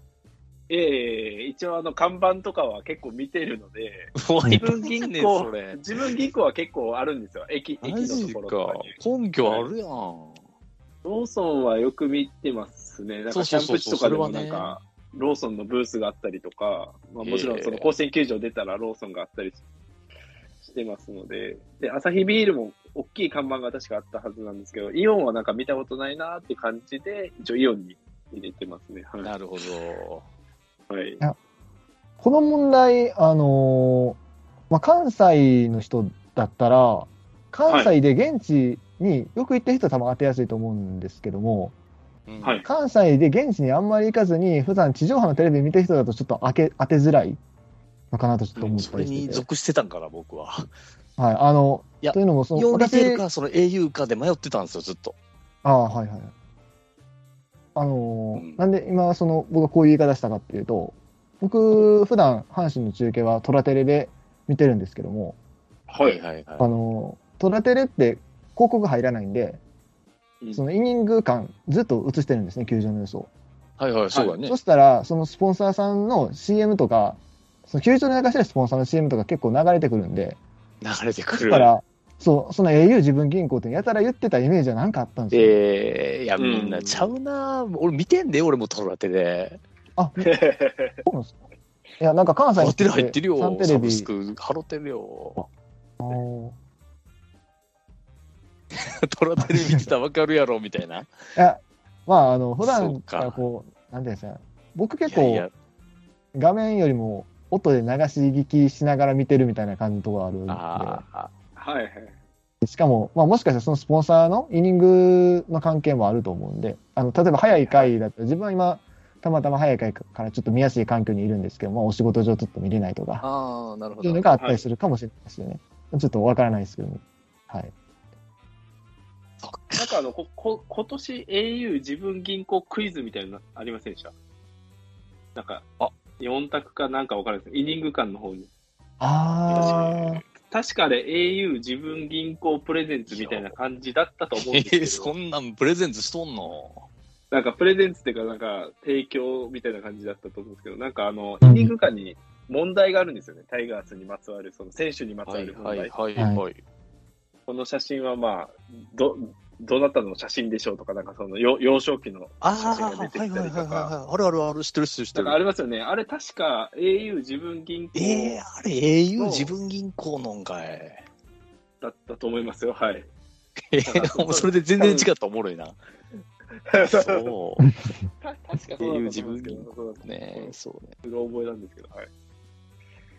Speaker 3: ええ一応あの看板とかは結構見てるので、
Speaker 1: 割と
Speaker 3: 自分銀行
Speaker 1: ねそれ。
Speaker 3: 自分銀行は結構あるんですよ。駅、駅
Speaker 1: マ
Speaker 3: の
Speaker 1: ジか
Speaker 3: ところとかに。。
Speaker 1: 根拠あるやん。
Speaker 3: ローソンはよく見てますね。なん
Speaker 1: そう
Speaker 3: か
Speaker 1: そう
Speaker 3: キャン
Speaker 1: そう
Speaker 3: プ地とかでも
Speaker 1: それ
Speaker 3: な
Speaker 1: は
Speaker 3: ん
Speaker 1: ね
Speaker 3: か、ローソンのブースがあったりとか、まあ、もちろんその甲子園球場出たらローソンがあったりしてますので、で、アサヒビールも大きい看板が確かあったはずなんですけど、イオンはなんか見たことないなーって感じで、一応イオンに入れてますね。は
Speaker 1: なるほど。
Speaker 3: い。はい、
Speaker 2: この問題、あのーまあ、関西の人だったら、関西で現地によく行ってる人は多分当てやすいと思うんですけども、
Speaker 1: うん
Speaker 3: はい
Speaker 2: 関西で現地にあんまり行かずに、普段地上波のテレビ見てる人だとちょっと当て当てづらいのかなとちょっと思っ
Speaker 1: そ
Speaker 2: た
Speaker 1: れ
Speaker 2: り
Speaker 1: に
Speaker 2: してて。
Speaker 1: 属してたんかな、僕は。
Speaker 2: はい、あの、
Speaker 1: いや
Speaker 2: というのも、その、
Speaker 1: 4リテール
Speaker 2: 私、あ
Speaker 1: か、その au かで迷ってたんですよ、ずっと。
Speaker 2: あ、はいはい。あのー
Speaker 1: うん
Speaker 2: なんで今、その、僕がこういう言い方したかっていうと、僕、普段、阪神の中継はトラテレで見てるんですけども、
Speaker 3: はい。
Speaker 1: はい
Speaker 2: あ
Speaker 1: は
Speaker 2: のートラテレって広告入らないんで、
Speaker 3: うん
Speaker 2: そのイニング間、ずっと映してるんですね、球場の様子を。
Speaker 1: い。はいはい、そうだね
Speaker 2: そ。したら、そのスポンサーさんの CM とか、その球場で流してるスポンサーの CM とか結構流れてくるんで、
Speaker 1: 流れてく
Speaker 2: だ
Speaker 1: る
Speaker 2: か。ら、そう、その au 自分銀行ってやたら言ってたイメージはなんかあったんですよ。
Speaker 1: えー、いや、みんなちゃうな。俺見てんで、俺もトラテで。
Speaker 2: あ、そうなんですかいや、なんか関西
Speaker 1: 入
Speaker 2: の
Speaker 1: って
Speaker 2: 人
Speaker 1: る入ってるよ。
Speaker 2: サンテレ
Speaker 1: サ
Speaker 2: ビ
Speaker 1: ブ、スク、ハロテるよ。
Speaker 2: あーい
Speaker 1: トラテレビ見てたらわかるやろ、みたいな。
Speaker 2: や、まあ、あの、普
Speaker 1: そ
Speaker 2: 段
Speaker 1: う
Speaker 2: か
Speaker 1: から
Speaker 2: こう、なんていうんですかね、僕結
Speaker 1: いやい
Speaker 2: 構
Speaker 1: や、
Speaker 2: 画面よりも音で流し聞きしながら見てるみたいな感じのところあるんで、
Speaker 1: ああ、
Speaker 3: はいはい。
Speaker 2: しかも、まあ、もしかしたらそのスポンサーのイニングの関係もあると思うんで、あの例えば早い回だったら、自分は今、たまたま早い回からちょっと見やすい環境にいるんですけど、まあ、お仕事上ちょっと見れないとか、
Speaker 1: ああ、なるほ
Speaker 2: そういう
Speaker 1: ど
Speaker 2: の。があったりするかもしれないですよね。ちょっとわからないですけども。はい。
Speaker 3: なんかあの、こ、 こ、今年 au 自分銀行クイズみたいなのありませんでしたなんか、
Speaker 1: あ
Speaker 3: 4択かなんかわからないです。イニング間の方に。
Speaker 2: ああ、
Speaker 3: 確かあれ au 自分銀行プレゼンツみたいな感じだったと思う ん
Speaker 1: え
Speaker 3: ですけ
Speaker 1: ー、、
Speaker 3: ど
Speaker 1: そんなんプレゼンツしとんの
Speaker 3: なんかプレゼンツっていうか、なんか提供みたいな感じだったと思うんですけど、なんかあの、
Speaker 2: う
Speaker 3: イ
Speaker 2: ん
Speaker 3: ニング間に問題があるんですよね。タイガースにまつわる、その選手にまつわ
Speaker 1: はい
Speaker 3: る問題。
Speaker 1: はいはい
Speaker 2: はい
Speaker 1: はい。
Speaker 3: この写真はまあ、ど、どなたの写真でしょうとか、なんかその幼幼少期の
Speaker 1: ああ、
Speaker 3: 写真
Speaker 1: は
Speaker 3: が
Speaker 1: い
Speaker 3: 出て
Speaker 1: はい
Speaker 3: き
Speaker 1: は
Speaker 3: た
Speaker 1: い
Speaker 3: りとか。
Speaker 1: はい。あるあるある、知ってる知ってる知って
Speaker 3: なん
Speaker 1: る
Speaker 3: かあ。りますよね。あれ確か au 自分銀行
Speaker 1: ええー、あれ au 自分銀行のんかい。
Speaker 3: だったと思いますよ。はい。
Speaker 1: えー、 それで全然違ったらおもろいな。
Speaker 3: そ
Speaker 1: そう。
Speaker 3: う確かそうだったと思うんですけど
Speaker 1: ね
Speaker 3: うん
Speaker 1: そうね。
Speaker 3: うろ覚えなんですけど、はい。
Speaker 1: か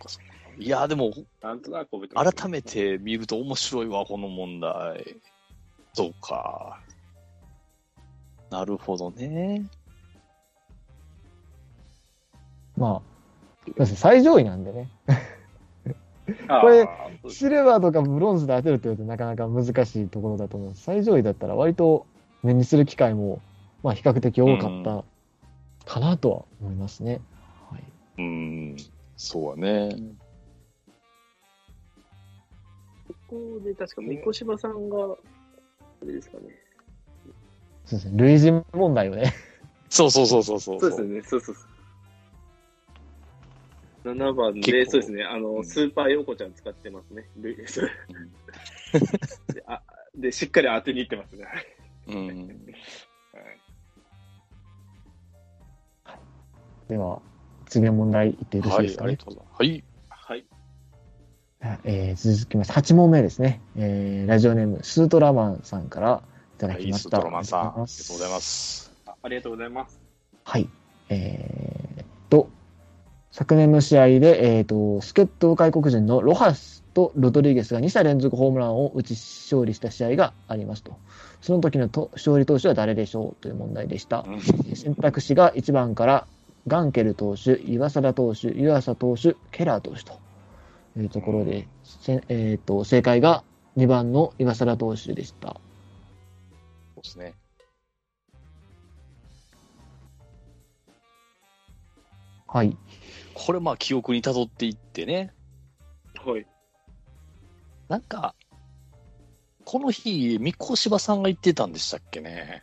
Speaker 1: そっか。いや、でも、
Speaker 3: なんとなく覚えてます、
Speaker 1: 改め。て見ると面白いわ、この問題。そうか。なるほどね。
Speaker 2: まあ、だって最上位なんでね。
Speaker 3: あ
Speaker 2: これ
Speaker 3: ー
Speaker 2: シルバーとかブロンズで当てるって言うとなかなか難しいところだと思うんです。最上位だったら割と目にする機会も、まあ比較的多かったかなとは思いますね。はい。
Speaker 1: うん、そうだね。
Speaker 3: ここで確か、三越島さんが、あれですかね。
Speaker 2: そうですね。類似問題をね。
Speaker 1: そうそうそうそうそう。
Speaker 3: そうですよね、そうそうそう。7番で、
Speaker 1: 結構
Speaker 3: そうですね、あの、
Speaker 1: うん
Speaker 3: スーパー横ちゃん使ってますね。ルイ ですであで、しっかり当てにいってますね。
Speaker 1: うん。
Speaker 2: では、次の問題いってよろしい
Speaker 1: は
Speaker 2: です
Speaker 1: い、
Speaker 2: か
Speaker 1: あり
Speaker 2: ね
Speaker 1: が。とうございます。はい。
Speaker 3: はい。
Speaker 2: えー続きまして、8問目ですね。えーラジオネーム、スートラマンさんからいただ
Speaker 1: は
Speaker 2: き
Speaker 1: い、
Speaker 2: ま
Speaker 1: ス
Speaker 2: した。。
Speaker 1: トロマンさん、ありがとうございますす。
Speaker 3: あありがとうございます。
Speaker 2: はい。えーっと、昨年の試合で、えーっと、助っ人外国人のロハスとロドリゲスが2者連続ホームランを打ち勝利した試合がありますと。その時のと勝利投手は誰でしょうという問題でした。選択肢が1番からガンケル投手、岩貞投手、湯浅投手、ケラー投手というところで、せんえーっと正解が2番の岩貞投手でした。
Speaker 1: そうですね。
Speaker 2: はい。
Speaker 1: これ、まあ、記憶に辿っていってね、
Speaker 3: はい。
Speaker 1: なんか、この日、三越柴さんが言ってたんでしたっけね。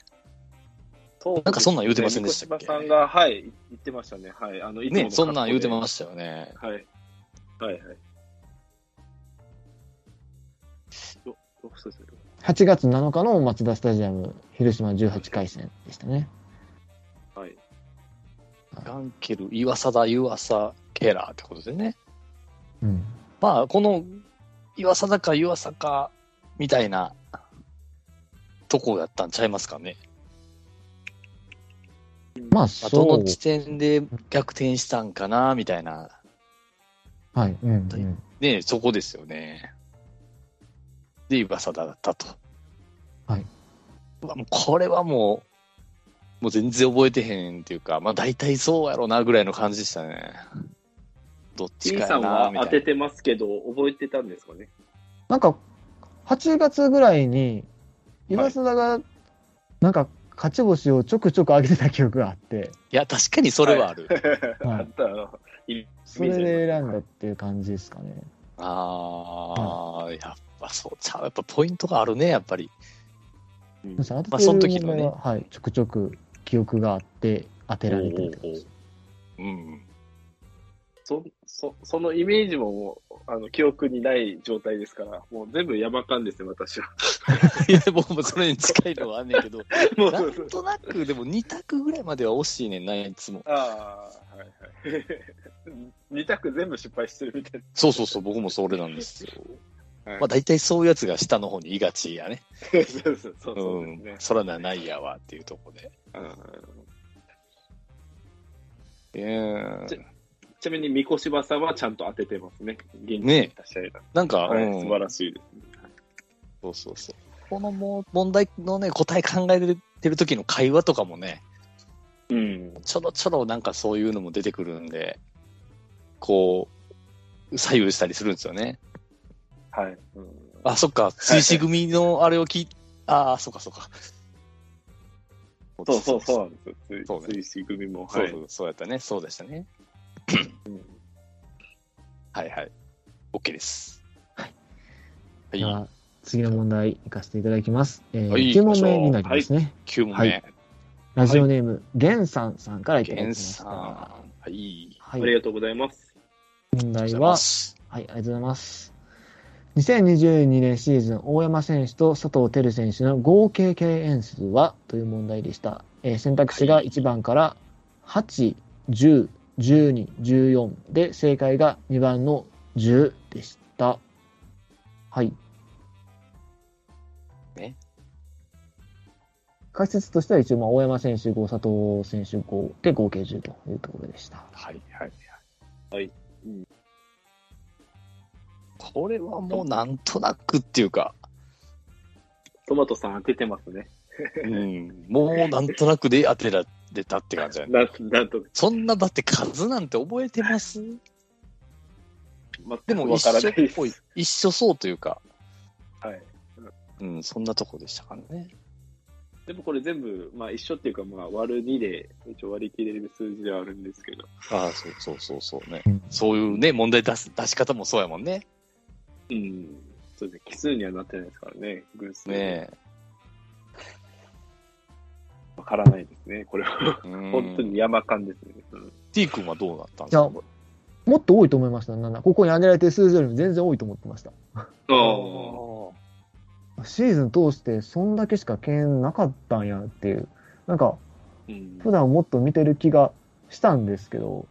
Speaker 3: そう
Speaker 1: なんかそんなん言うてませんでしたっけ
Speaker 3: 三越島さんが、はい、言ってましたね。はい。あの、いつもの
Speaker 1: ね、そんなん言うてま
Speaker 3: し
Speaker 1: したよね。
Speaker 3: た。はい。はい、はい。よよそうですね
Speaker 2: 8月7日のマツダスタジアム広島18回戦でしたね。
Speaker 3: はい。
Speaker 1: ガンケル、岩貞、湯浅、ケラーってことでね。
Speaker 2: うん。
Speaker 1: まあ、この、岩貞か湯浅か、みたいな、とこやったんちゃいますかね。ま
Speaker 2: まあ、
Speaker 1: あ、ど
Speaker 2: そう
Speaker 1: の。地点で逆転したんかな、みたいな。
Speaker 2: はい。うん、うん。
Speaker 1: ね、そこですよね。で、岩貞だったと。
Speaker 2: はい。
Speaker 1: うわもうこれはもう、もう全然覚えてへんっていうか、まあ大体そうやろうな、ぐらいの感じでしたね。どっち
Speaker 3: T
Speaker 1: か
Speaker 3: さ
Speaker 1: や
Speaker 3: ん
Speaker 1: な、
Speaker 3: は
Speaker 1: みたいな。
Speaker 3: 当ててますけど、覚えてたんですかね。
Speaker 2: なんか、8月ぐらいに、岩貞が、なんか、勝ち星をちょくちょく上げてた記憶があって、
Speaker 1: いや、確かにそれはある。
Speaker 2: は い
Speaker 3: あったの。い
Speaker 2: それで選んだっていう感じですかね。
Speaker 1: ああ、やっぱそうちゃう。やっぱポイントがあるね、やっぱり。うん
Speaker 2: まあ、
Speaker 1: まあ、その時のね。
Speaker 2: はい。ちょくちょく記憶があって、当てられたってことです。
Speaker 1: うん。
Speaker 3: そそそのイメージももうあの記憶にない状態ですから、もう全部山間ですね、私は。
Speaker 1: いや、僕もそれに近いのはあんねんけ ど、
Speaker 3: もう
Speaker 1: なんとなく、でも2択ぐらいまでは惜しいねんな、いつも。
Speaker 3: ああ、はい はい。2択全部失敗してるみたい
Speaker 1: そうそうそう、僕もそれなんですよ。
Speaker 3: な。はい
Speaker 1: まあ、大体そういうやつが下の方にいがちやね。
Speaker 3: そうそうそうそう
Speaker 1: う
Speaker 3: ですね
Speaker 1: ん。。そらな、ないやわっていうとこで。
Speaker 3: うん
Speaker 1: うん
Speaker 3: ちちなみに、三越柴さんはちゃんと当ててますね。現地
Speaker 1: ねえ
Speaker 3: にいた試合だ
Speaker 1: なんか、
Speaker 3: はい
Speaker 1: うん
Speaker 3: 素晴らしいですね。
Speaker 1: そうそうそう。このもう問題のね、答え考えてる時の会話とかもね、
Speaker 3: うん。
Speaker 1: ちょろちょろなんかそういうのも出てくるんで、こう、左右したりするんですよね。
Speaker 3: はい。うん
Speaker 1: あ、そっか、追試組のあれを聞い、ああ、そっかそっか。
Speaker 3: そうそうそうな
Speaker 1: う。
Speaker 3: んですよ。つい
Speaker 1: そうね
Speaker 3: ついし組も。
Speaker 1: そ
Speaker 3: は
Speaker 1: う
Speaker 3: い
Speaker 1: そう、。そうやったね。そうでしたね。
Speaker 3: うん
Speaker 1: はいはい。OK です。
Speaker 2: はい。
Speaker 1: はい。
Speaker 2: では、次の問題、行かせていただきます。えー、
Speaker 1: はい
Speaker 2: 9問目になりますね。
Speaker 1: 9問
Speaker 2: は
Speaker 1: 目
Speaker 2: い。ラジオネーム、ゲンさんさんからいただき
Speaker 1: 源、
Speaker 2: ました。
Speaker 1: さん。はい。
Speaker 2: は
Speaker 3: あり
Speaker 2: い。
Speaker 3: がとうございます。
Speaker 2: 問
Speaker 1: ありがとうご
Speaker 2: 題
Speaker 1: ざい
Speaker 2: は
Speaker 1: ま、す。
Speaker 2: はい、ありがとうございます。2022年シーズン、大山選手と佐藤輝選手の合計敬遠数はという問題でした。えー選択肢が
Speaker 1: はい
Speaker 2: 1番から8、10、12、14で、正解が2番の10でした。はい。
Speaker 1: ね
Speaker 2: 解説としては一応、まあ、大山選手5、佐藤選手5で合計10というところでした。
Speaker 1: はいはい。これはもうなんとなくっていうか、
Speaker 3: トマトさん当ててますね。
Speaker 1: うん、もうなんとなくで当てられたって感じだね。
Speaker 3: なんなんと、
Speaker 1: そんなだって数なんて覚えてますで
Speaker 3: 全く
Speaker 1: も
Speaker 3: わ
Speaker 1: 一
Speaker 3: から
Speaker 1: 緒
Speaker 3: な
Speaker 1: っ
Speaker 3: いです。
Speaker 1: ぽい、一緒そうというか、
Speaker 3: はい。
Speaker 1: うん、そんなとこでしたからね。
Speaker 3: でもこれ全部、まあ一緒っていうか、まあ割る2で、一応割り切れる数字ではあるんですけど。
Speaker 1: ああ、そうそうそうそうね
Speaker 2: うん。
Speaker 1: そういうね、問題出す、出し方もそうやもんね。
Speaker 3: うん。そうですね。奇数にはなってないですからね。偶数。
Speaker 1: ね
Speaker 3: わからないですね。これは。
Speaker 1: え。うん
Speaker 3: 本当に。山間ですね。うん、
Speaker 1: T 君はどうなったんで
Speaker 2: い
Speaker 1: す
Speaker 2: や、
Speaker 1: か
Speaker 2: もっと多いと思いました、7。ここに挙げられてる数字よりも全然多いと思ってました。
Speaker 3: あ
Speaker 2: シーズン通して、そんだけしか敬遠なかったんやっていう。なんか、
Speaker 3: うん
Speaker 2: 普段もっと見てる気がしたんですけど、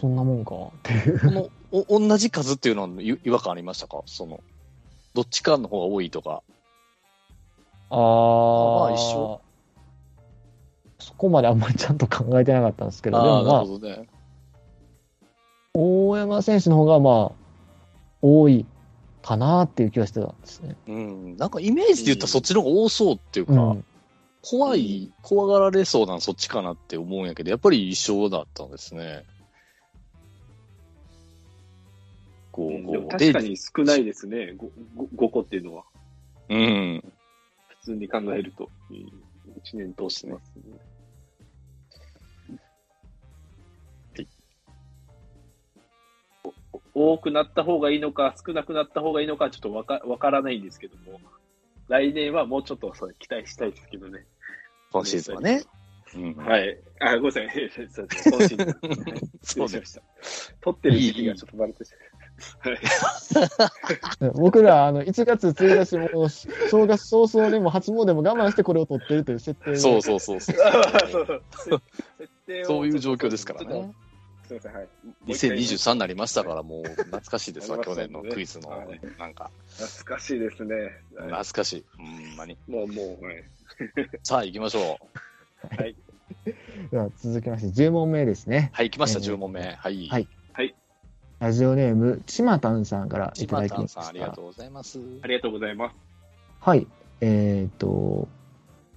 Speaker 2: そんなもんかっていう。
Speaker 1: このお同じ数っていうのはゆ違和感ありましたかそのどっちかの方が多いとか
Speaker 2: あー
Speaker 1: まあ一緒。
Speaker 2: そこまであんまりちゃんと考えてなかったんですけど、で
Speaker 1: あ
Speaker 2: も
Speaker 1: あ
Speaker 2: まあ
Speaker 1: なる、ほどね
Speaker 2: 大山選手の方がまあ、多いかなっていう気がしてたんですね。
Speaker 1: うんなんかイメージで言ったらそっちの方が多そうっていうか、
Speaker 2: うん。
Speaker 1: 怖い怖がられそうなのそっちかなって思うんやけどやっぱり一緒だったんですねこ
Speaker 3: う
Speaker 1: うん
Speaker 3: でも
Speaker 1: こう
Speaker 3: 確かに少ないですね。ごご5個っていうのは。
Speaker 1: うん
Speaker 3: 普通に考えると。うん一年通してます、ね。
Speaker 1: はい
Speaker 3: お多くなった方がいいのか、少なくなった方がいいのか、ちょっとわかわからないんですけども、来年はもうちょっとそれ期待したいですけどね。
Speaker 1: 今シーズンはね、うん
Speaker 3: はい。あ、ごめんなさい。 そうです今シーズン。はい失
Speaker 1: そう
Speaker 3: 礼しま
Speaker 1: ね
Speaker 3: した。取ってる時期がちょっとバレてし まった。はい
Speaker 2: 僕ら、あの、1月1日も、正月早々にも初詣も我慢してこれを取ってるという設定で
Speaker 1: そうそうそう そう
Speaker 3: そうそう設定を
Speaker 1: そういう状況ですから
Speaker 3: ちょっ
Speaker 1: ね
Speaker 3: とすみません、はい。
Speaker 1: 2023になりましたからもう懐かしい ですわ
Speaker 3: なり
Speaker 1: 去
Speaker 3: ましたね
Speaker 1: 年のクイズの
Speaker 3: はい
Speaker 1: なんか
Speaker 3: 懐かしいですね。
Speaker 1: 懐かしい。ほんまに。
Speaker 3: もう、もう、はい。
Speaker 1: さあ、行きましょう。
Speaker 2: では続きまして、10問目ですね。
Speaker 1: はい、来ました、
Speaker 2: ええ
Speaker 1: 10問目。はい。
Speaker 2: はいラジオネーム、ちまたんさんからい
Speaker 1: 千
Speaker 2: た
Speaker 1: 葉
Speaker 2: だき
Speaker 1: さん
Speaker 2: まし
Speaker 1: さ
Speaker 2: た。
Speaker 1: ん、ありがとうございます。
Speaker 3: ありがとうございます。
Speaker 2: はい。えっ、と、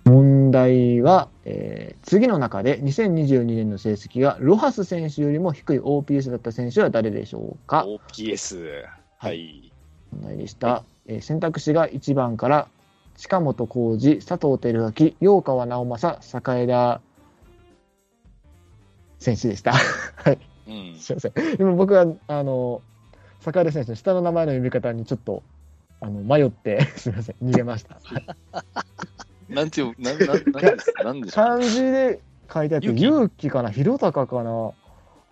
Speaker 2: 問題は、えー次の中で2022年の成績がロハス選手よりも低い OPS だった選手は誰でしょうか
Speaker 1: OPS。はい。
Speaker 2: 問題でした。えー選択肢が1番から、近本浩二、佐藤輝明、陽川直政、坂枝選手でした。
Speaker 1: うん。
Speaker 2: すいません。今僕は、あの、坂出選手の下の名前の呼び方にちょっと、あの、迷って、 すいません、逃げました。
Speaker 1: なんていう、なん、なん、なんですなんでしょう。
Speaker 2: 漢字で書いてあって、
Speaker 1: 勇気
Speaker 2: 勇気かな、広高かな、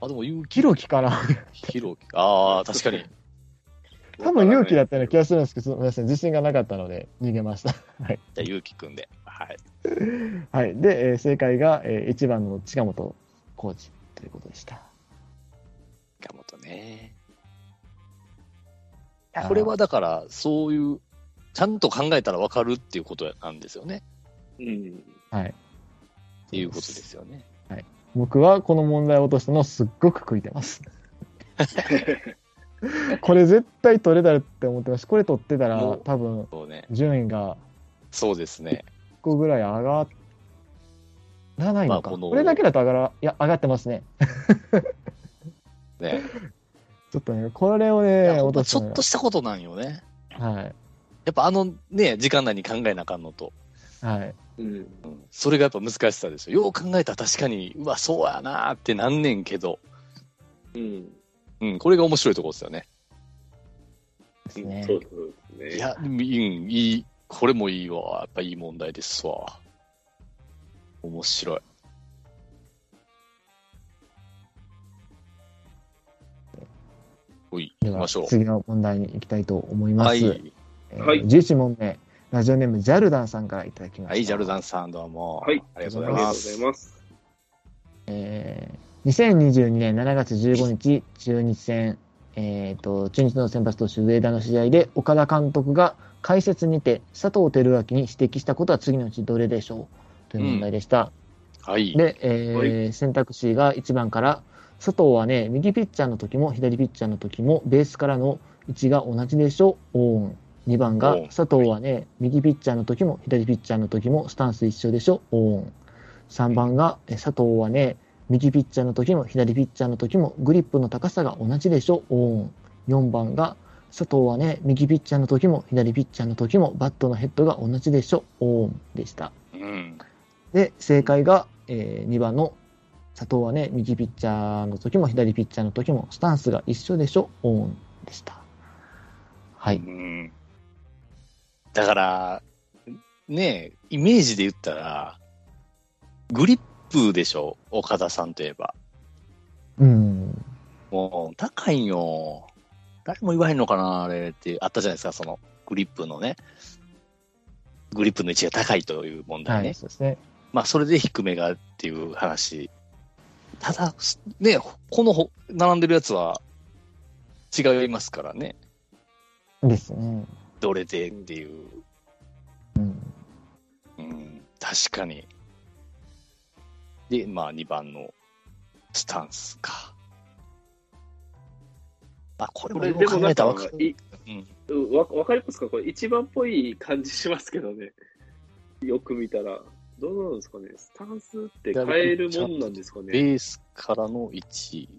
Speaker 1: あ、でも、勇気
Speaker 2: ひ、ろきかな。
Speaker 1: ひろき。ああ、確かに。
Speaker 2: 多分勇気だ
Speaker 3: っ
Speaker 2: ったような気がするんですけど、すみません、自信がなかったので、逃げました。
Speaker 1: じゃあ、勇気くんで。はい。
Speaker 2: はい。で、えー正解が、え1番の近本浩二ということでした。
Speaker 1: 岡本ね。
Speaker 2: いや
Speaker 1: これは、だから、そういう、ちゃんと考えたらわかるっていうことなんですよね。
Speaker 3: た。うん。
Speaker 2: はい。
Speaker 1: っていうことですよね。
Speaker 2: 僕はこの問題を落としたのをすっごく悔いてます。 これ絶対取れたらって思ってました。これ取ってたら
Speaker 1: もう、
Speaker 2: 多分、
Speaker 1: そうね。
Speaker 2: 順位が
Speaker 1: そうですね。
Speaker 2: 1個ぐらい上がらないのか。
Speaker 1: まあこの
Speaker 2: これだけだと上がら、いや、上がってますね。
Speaker 1: ね。
Speaker 2: ちょっとね、これを
Speaker 1: い
Speaker 2: ね、
Speaker 1: やほん
Speaker 2: 落
Speaker 1: ま
Speaker 2: と
Speaker 1: ち
Speaker 2: した
Speaker 1: ょ
Speaker 2: の
Speaker 1: っ
Speaker 2: よ
Speaker 1: としたことなんよね。
Speaker 2: はい。
Speaker 1: やっぱあのね、時間内に考えなあかんのと。
Speaker 2: はい。
Speaker 3: うん。
Speaker 1: それがやっぱ難しさですよ。よう考えたら確かに、うわ、そうやなーってなんねんけど、
Speaker 3: うん。
Speaker 1: うん、これが面白いところですよね。
Speaker 2: ですね。
Speaker 3: そうそうですね。
Speaker 1: いや、うん、いい、これもいいわ。やっぱいい問題ですわ。面白い。おい、
Speaker 2: で
Speaker 1: 行き
Speaker 2: は
Speaker 1: ましょ。
Speaker 2: 次の問題に行きたいと思いうます。
Speaker 1: はい。
Speaker 2: えー
Speaker 3: はい
Speaker 2: 11問目、ラジオネームジャルダンさんからいただきました。
Speaker 1: はい、ジャルダンさん、どうも。
Speaker 3: はい。
Speaker 1: ありがとう
Speaker 3: あ
Speaker 1: ござ
Speaker 3: り
Speaker 1: いま
Speaker 3: がとうご
Speaker 1: す。
Speaker 3: ざいます。
Speaker 2: 2022年7月15日、中日戦、えーと、中日の先発投手上田の試合で、岡田監督が解説にて佐藤輝明に指摘したことは次のうちどれでしょうという問題でした。
Speaker 1: はい。
Speaker 2: で、えー選択肢が1番から、佐藤はね、右ピッチャーの時も左ピッチャーの時もベースからの位置が同じでしょ、オーン。2番が
Speaker 1: オーン
Speaker 2: 佐藤はね、右ピッチャーの時も左ピッチャーの時もスタンス一緒でしょ、オーン。3番がえ佐藤はね、右ピッチャーの時も左ピッチャーの時もグリップの高さが同じでしょ、オーン。4番が佐藤はね、右ピッチャーの時も左ピッチャーの時もバットのヘッドが同じでしょ、オーンでした。
Speaker 1: うん。
Speaker 2: で、正解が、え2番の佐藤はね、右ピッチャーの時も左ピッチャーの時もスタンスが一緒でしょ、オーンでした。は
Speaker 1: う
Speaker 2: い。
Speaker 1: ん。だから、ねえ、イメージで言ったら、グリップでしょ、岡田さんといえば。
Speaker 2: うん。
Speaker 1: もう、高いんよ。誰も言わへんのかな、あれって、あったじゃないですか、その、グリップのね、グリップの位置が高いという問
Speaker 2: は
Speaker 1: 題
Speaker 2: い、
Speaker 1: ね。
Speaker 2: そうですね。
Speaker 1: まあ、それで低めがっていう話。ただ、すね、このほ並んでるやつは違いますからね。
Speaker 2: ですね。
Speaker 1: どれでっていう。
Speaker 2: うん。
Speaker 1: うん、確かに。で、まあ、2番のスタンスか。あ、これ
Speaker 3: こ
Speaker 1: も
Speaker 3: れ
Speaker 1: よ
Speaker 3: で
Speaker 1: く
Speaker 3: も
Speaker 1: 考
Speaker 3: な
Speaker 1: え
Speaker 3: ん
Speaker 1: た
Speaker 3: から
Speaker 1: わかる。
Speaker 3: い
Speaker 1: うん
Speaker 3: うんわわかりますかこれ一番っぽい感じしますけどね。よく見たら。どうなんですかねスタンスって変えるもんなんですか
Speaker 1: ベ
Speaker 3: ね
Speaker 1: ースからの位置。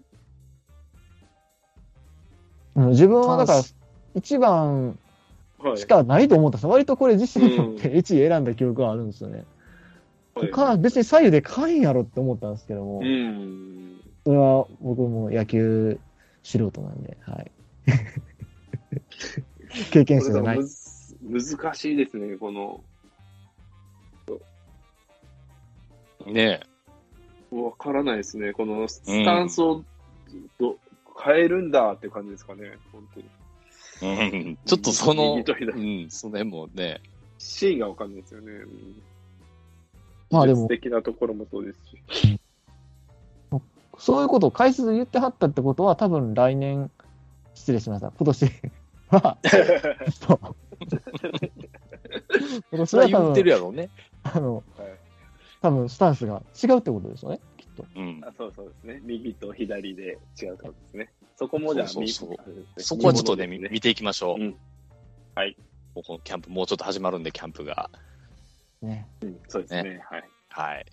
Speaker 2: うん自分はだから
Speaker 1: ス
Speaker 2: 1番
Speaker 3: はい
Speaker 2: し。かないと思ったんです割とこれ自身によって
Speaker 3: う
Speaker 2: 1選んだ記憶があるんですよね。
Speaker 3: はい
Speaker 2: 他別に左右でかいんやろって思ったんですけども
Speaker 3: う、ん。
Speaker 2: それは僕も野球素人なんで、はい。経験者じゃない
Speaker 3: これだから。むず難しいですね、この。
Speaker 1: ね
Speaker 3: わからないですね。このスタンスをど変えるんだって感じですかね。本当に。
Speaker 1: え。うんちょっとその、
Speaker 3: 右と左
Speaker 1: うん、その辺もね、
Speaker 3: シーンがわかんないですよね。うん
Speaker 2: まあでも
Speaker 3: 技術的なところもそうですし。
Speaker 2: そういうことを回数言ってはったってことは、多分来年、失礼しました。今年 は、そう。今年
Speaker 1: それは
Speaker 2: は多
Speaker 1: 言ってる
Speaker 2: 分、
Speaker 1: やろうね。
Speaker 2: あの、
Speaker 3: はい
Speaker 2: 多分スタンスが違うってことでしょうね、きっと。
Speaker 1: うん。
Speaker 3: あそうそうですね。右と左で違うってことですね。そこもじゃあ、
Speaker 1: そうそうそう
Speaker 3: みあれですね
Speaker 1: そこはちょっとね、
Speaker 3: 見
Speaker 1: み
Speaker 3: 物です
Speaker 1: 見ていきましょう。
Speaker 3: うんはい。
Speaker 1: もうこのキャンプ、もうちょっと始まるんで、キャンプが。
Speaker 2: ね。
Speaker 3: うんそうですね。はい。
Speaker 1: はい。